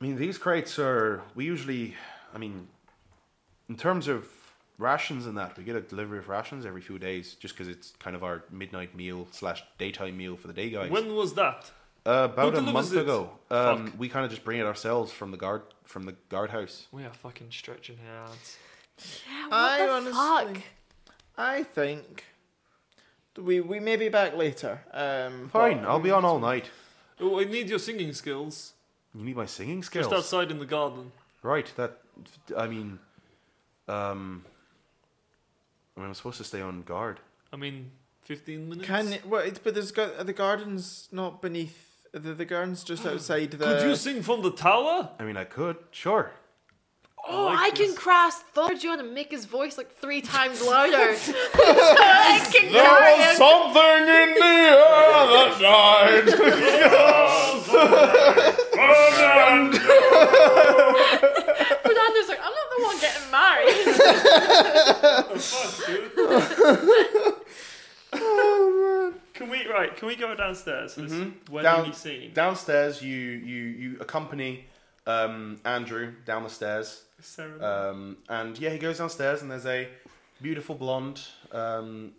I mean, these crates are. We usually, I mean, in terms of rations and that, we get a delivery of rations every few days, just because it's kind of our midnight meal slash daytime meal for the day guys. When was that? uh, about who a month delivers it? ago, um, Fuck. we kind of just bring it ourselves from the guard from the guardhouse. We are fucking stretching here. lads. Yeah, what I the honestly- fuck? I think we we may be back later. Um, Fine, but- I'll be on all night. Oh, I need your singing skills. You need my singing Just skills, outside in the garden. right? That, I mean, um, I mean, I'm supposed to stay on guard. I mean, 15 minutes? Can well, it's, but there's got the gardens not beneath the the gardens just outside the. Could you sing from the tower? I mean, I could, sure. Oh, like I can this. crash Thorjon and make his voice like three times louder. So I can carry There was him. something in the air that night. Fernando's like, I'm not the one getting married. Can we, right, can we go downstairs? This- When Down- you sing? Downstairs, you you you accompany um, Andrew down the stairs, Sarah. um, and yeah, he goes downstairs, and there's a beautiful blonde um,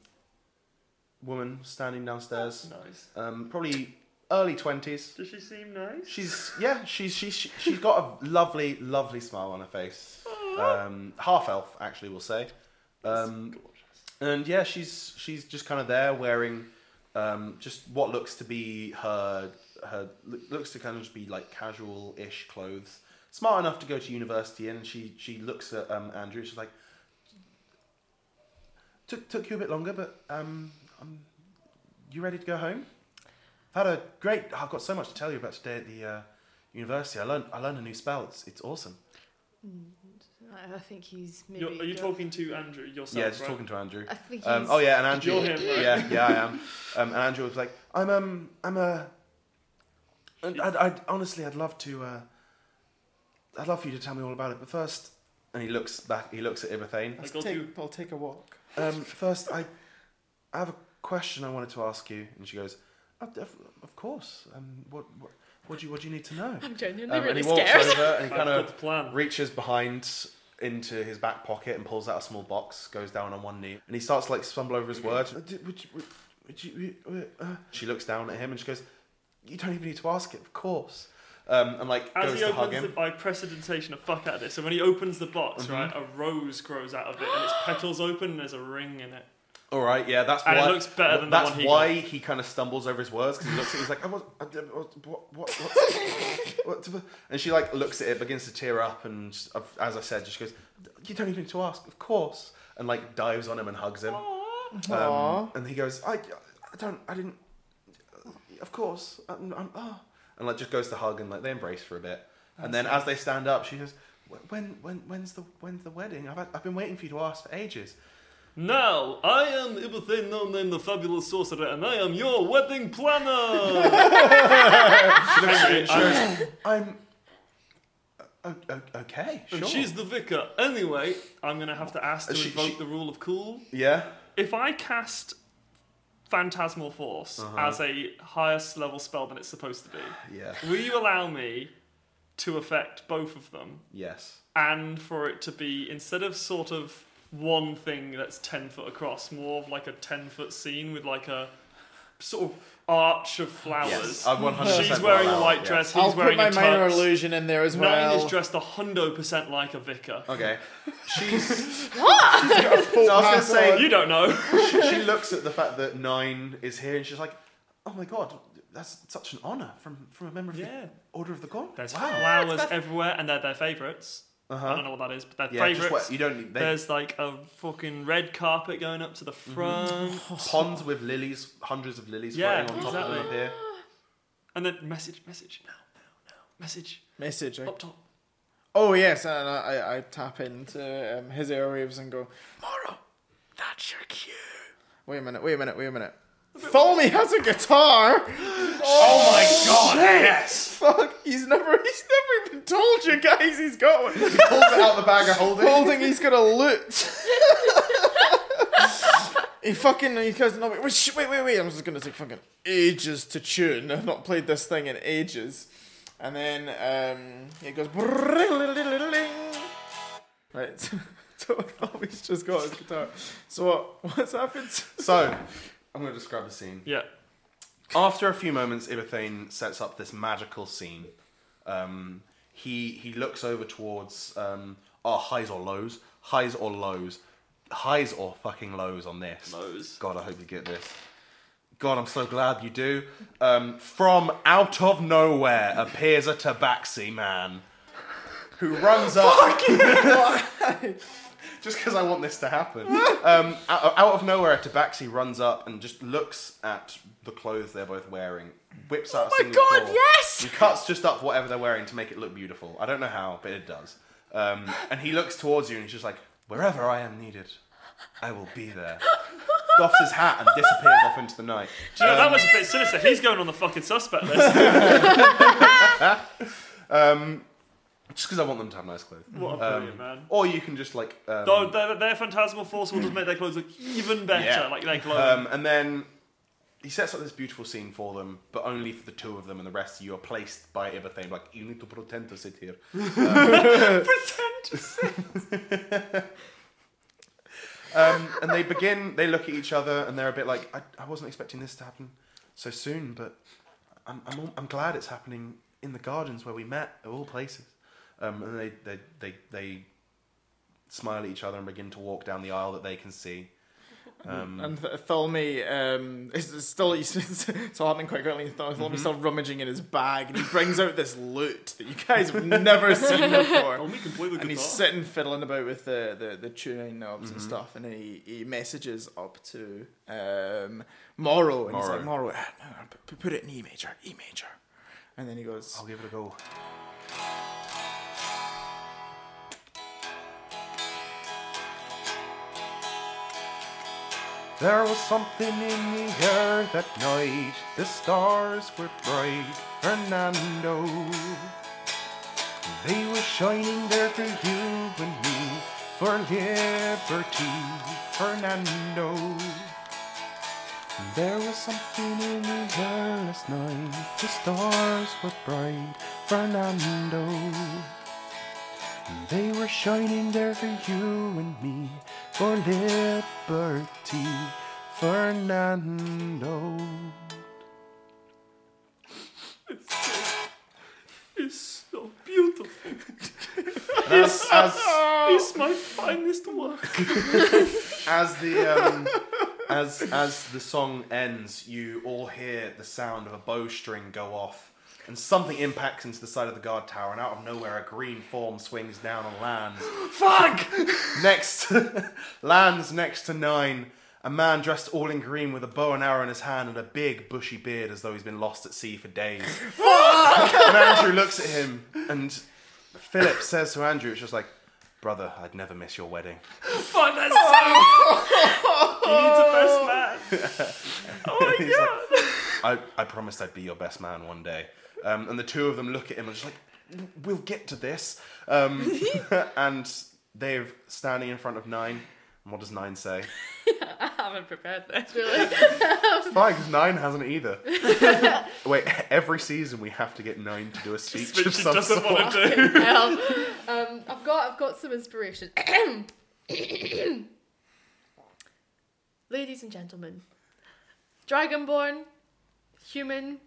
woman standing downstairs, nice. um, probably early twenties. Does she seem nice? She's yeah, she's she's she's got a lovely lovely smile on her face, um, half elf actually, we'll say. Um, and yeah, she's she's just kind of there wearing um, just what looks to be her her lo- looks to kind of just be like casual ish clothes. Smart enough to go to university, and she she looks at um, Andrew. She's like, "Took took you a bit longer, but um, um, you ready to go home? I've had a great. I've got so much to tell you about today at the uh, university. I learned I learned a new spell. It's it's awesome. I think he's maybe. uh, You're, are you got- talking to Andrew yourself? yeah, just right? talking to Andrew. I think he's. Um, oh yeah, and Andrew. You're him, right? Yeah, yeah, I am. Um, and Andrew was like, "I'm um, I'm a. I'd, I'd, I'd honestly, I'd love to. Uh, I'd love for you to tell me all about it, but first, and he looks back. He looks at Iberthane. Let's I got take, you. I'll take a walk. Um, first, I, I have a question I wanted to ask you, and she goes, "Of, of- of course. Um, what, what, what do you, what do you need to know?" I'm genuinely Um, and really he walks scared. over and he I've kind got of the plan. reaches behind into his back pocket and pulls out a small box, goes down on one knee, and he starts to, like stumble over his words. Uh, d- would you- would- would you- would- uh, She looks down at him and she goes, "You don't even need to ask it, of course." Um, and like As he goes to hug opens the, him. Mm-hmm. by precedentation of fuck out of this, so when he opens the box, right, a rose grows out of it and its petals open and there's a ring in it. All right, yeah, that's And it why. looks better than the that's one he why he kind of stumbles over his words because he looks at it, he's like, I was, I, did- what, what, what, what, what- and she like looks at it, begins to tear up, and uh, as I said, just goes, "You don't even need to ask, of course," and like dives on him and hugs him. Um, Aw. and he goes, I, I don't, I didn't, of course, I'm, I'm, oh. And like just goes to hug and like they embrace for a bit. And then as they stand up, she says, "Wh- when, when, when's the, when's the wedding? I've, had, I've been waiting for you to ask for ages. Now, I am Ibethane, known name the Fabulous Sorcerer, and I am your wedding planner! Henry, I'm- I'm, o- o- okay, sure. and she's the vicar. Anyway, I'm going to have to ask to Uh, she- invoke she- the rule of cool. yeah, If I cast Phantasmal Force Uh-huh. as a highest level spell than it's supposed to be, yeah, will you allow me to affect both of them yes. and for it to be, instead of sort of one thing that's 10 foot across, more of like a 10 foot scene with like a sort of arch of flowers? Yes, I'm 100. She's wearing a white dress. He's I'll put wearing my a minor tux. illusion in there as Nine well. is dressed a hundred percent like a vicar. Okay, she's. I was gonna say- You don't know. she, she looks at the fact that Nine is here and she's like, Oh my god, that's such an honor from from a member of the Yeah. Order of the Gauntlet. There's wow. flowers everywhere, and they're their favourites. I Uh-huh. don't know what that is, but they're Yeah, just favourites. wait, you don't need they, There's like a fucking red carpet going up to the Mm-hmm. front, ponds with lilies, hundreds of lilies Yeah, floating on top of them up exactly. here. and then message, message, no, no, no, message Message. eh? up top. Oh yes, and I, I, I tap into um, his airwaves and go, Moro, that's your cue. Wait a minute, wait a minute, wait a minute. Foley has a guitar. Oh, my god! Yes. Fuck. He's never. He's never even told you guys he's got one. Pulls it out the bag of holding. Holding. He's got a lute. he fucking. He goes. No. Wait. Wait. sh- Wait. Wait. wait. I'm just gonna take fucking ages to tune. I've not played this thing in ages. And then um, it goes. Right. So, so I thought he's just got his guitar. So what, what's happened? So, I'm going to describe the scene. Yeah, After a few moments, Ibethane sets up this magical scene. Um, he he looks over towards um, oh highs or lows, highs or lows, highs or fucking lows on this. Lows. God, I hope you get this. God, I'm so glad you do. Um, from out of nowhere appears a tabaxi man who runs up. just because I want this to happen. um, out, out of nowhere, a tabaxi runs up and just looks at the clothes they're both wearing, whips out. Oh my a single God, claw, yes! And cuts just up whatever they're wearing to make it look beautiful. I don't know how, but it does. Um, and he looks towards you and he's just like, "Wherever I am needed, I will be there." Doffs his hat and disappears off into the night. Do you know, that was a bit sinister. He's going on the fucking suspect list. Just because I want them to have nice clothes. what a brilliant man. Or you can just like. Um, Though their, their phantasmal force will just make their clothes look even better. Yeah. Like their clothes. Um, and then he sets up this beautiful scene for them, but only for the two of them, and the rest of you are placed by Ibethane. Like, you need to pretend to sit here. Um, pretend to sit! um, and they begin, they look at each other, and they're a bit like, I, I wasn't expecting this to happen so soon, but I'm, I'm, al- I'm glad it's happening in the gardens where we met, of all places. Um, and they, they, they, they smile at each other and begin to walk down the aisle that they can see. Um, And Th- Tholme um, is is still he's, it's hardening quite quickly. Thol- Tholme's still rummaging in his bag, and he brings out this loot that you guys have never seen before. Only can play the And he's guitar. sitting fiddling about with the, the, the tuning knobs and stuff, and he, he messages up to um, Morrow, and he's like, Morrow, ah, no, p- p- put it in E major, E major. And then he goes, I'll give it a go. There was something in the air that night. The stars were bright, Fernando. They were shining there for you and me, for liberty, Fernando. There was something in the air last night. The stars were bright, Fernando. They were shining there for you and me, for liberty, Fernando. It's so beautiful. As, as, It's my finest work. as the um, as as the song ends, you all hear the sound of a bowstring go off, and something impacts into the side of the guard tower, and out of nowhere, a green form swings down and lands. Fuck! next lands next to nine a man dressed all in green with a bow and arrow in his hand and a big bushy beard as though he's been lost at sea for days and andrew looks at him and philip says to andrew it's just like brother i'd never miss your wedding Fuck, that's so. he needs a best man. Oh, And he's like, I, I promised I'd be your best man one day. Um, and the two of them look at him and just like, we'll get to this. Um, and they're standing in front of Nine. And what does Nine say? I haven't prepared this, really. Fine, because Nine hasn't either. Wait, every season we have to get Nine to do a speech Which of she some doesn't sort. want to do. Well, um, I've got I've got some inspiration. Ladies and gentlemen, Dragonborn, human,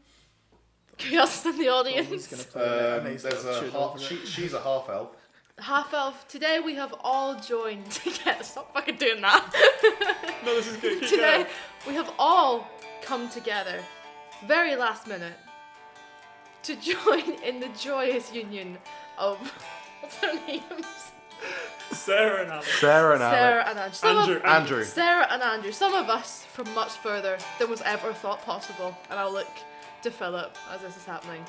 chaos in the uh, he's audience, going to play Um, a nice little tune over it. she's a half elf. half elf. Today we have all joined together. Stop fucking doing that. No, this is good. Keep Today going. we have all come together very last minute, to join in the joyous union of what's her names? Sarah and Alex. Sarah and Alex. Sarah and Andrew. Some Andrew. Of, Andrew. Sarah and Andrew, some of us from much further than was ever thought possible. And I'll look to Philip as this is happening.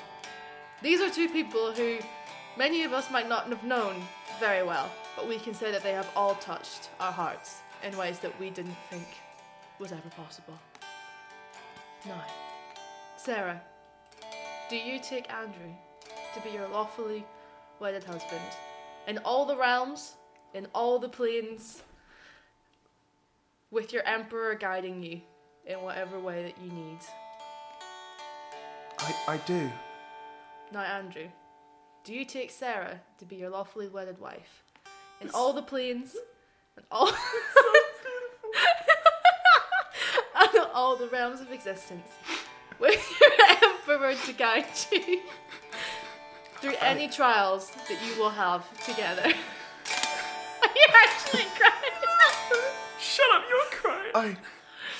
These are two people who many of us might not have known very well, but we can say that they have all touched our hearts in ways that we didn't think was ever possible. Now, Sarah, do you take Andrew to be your lawfully wedded husband? In all the realms, in all the planes, with your emperor guiding you in whatever way that you need. I, I do. Now, Andrew, do you take Sarah to be your lawfully wedded wife? In all the planes, and all. and in all the realms of existence, with your emperor to guide you through any trials that you will have together. Are you actually crying? Shut up, you're crying. I,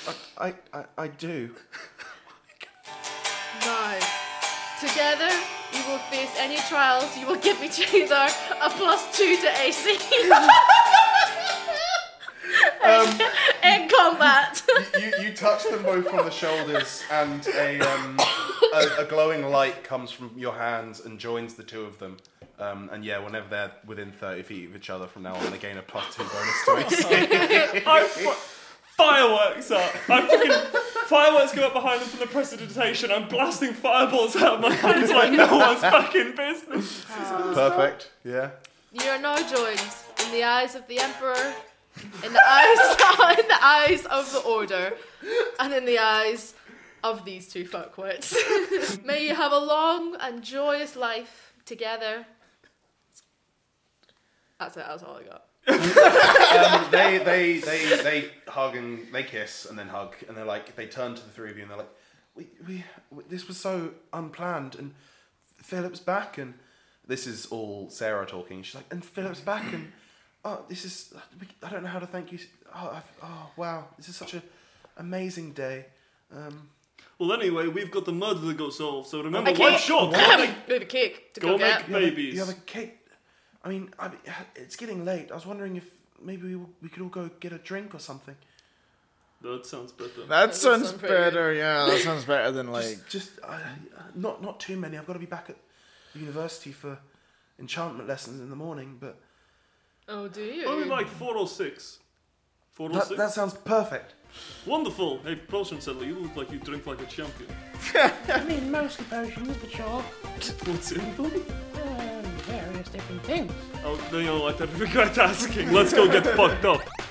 I, I, I, I do. Now, together you will face any trials. You will give each other a plus two to AC. in combat. Um, You, you touch them both on the shoulders, and a, um, a, a glowing light comes from your hands and joins the two of them. Um, and yeah, whenever they're within 30 feet of each other from now on, they gain a plus two bonus to AC. I fu- fireworks up. I fucking fireworks go up behind them from the precipitation. I'm blasting fireballs out of my hands like no one's fucking business. Perfect. Yeah. you are now joined in the eyes of the emperor, in the eyes, in the eyes of the order, and in the eyes of these two fuckwits. May you have a long and joyous life together. That's it. That's all I got. Um, they, they, they, they hug and they kiss and then hug, and they're like, they turn to the three of you and they're like, we, we, we this was so unplanned, and Philip's back, and this is all Sarah talking. She's like, and Philip's back, and oh, this is, we, I don't know how to thank you. Oh, I've, oh wow, this is such a amazing day. Um, Well, anyway, we've got the murder to go solve. So remember, Okay. one shot. I have a bit of a cake to go, Go get. make you have a- babies. you have a cake. I mean, I, it's getting late. I was wondering if maybe we, we could all go get a drink or something. That sounds better. That does sounds sound pretty good. better. Yeah, that sounds better than like. just, just uh, not not too many. I've got to be back at university for enchantment lessons in the morning, but Oh, do you? Only like four or six. Four or that, six. that sounds perfect. Wonderful. Hey, Potion Settler, you look like you drink like a champion. I mean, mostly potions, but sure. What's in them? Um, various different things. Oh, no, you know what? I regret asking. Let's go get fucked up.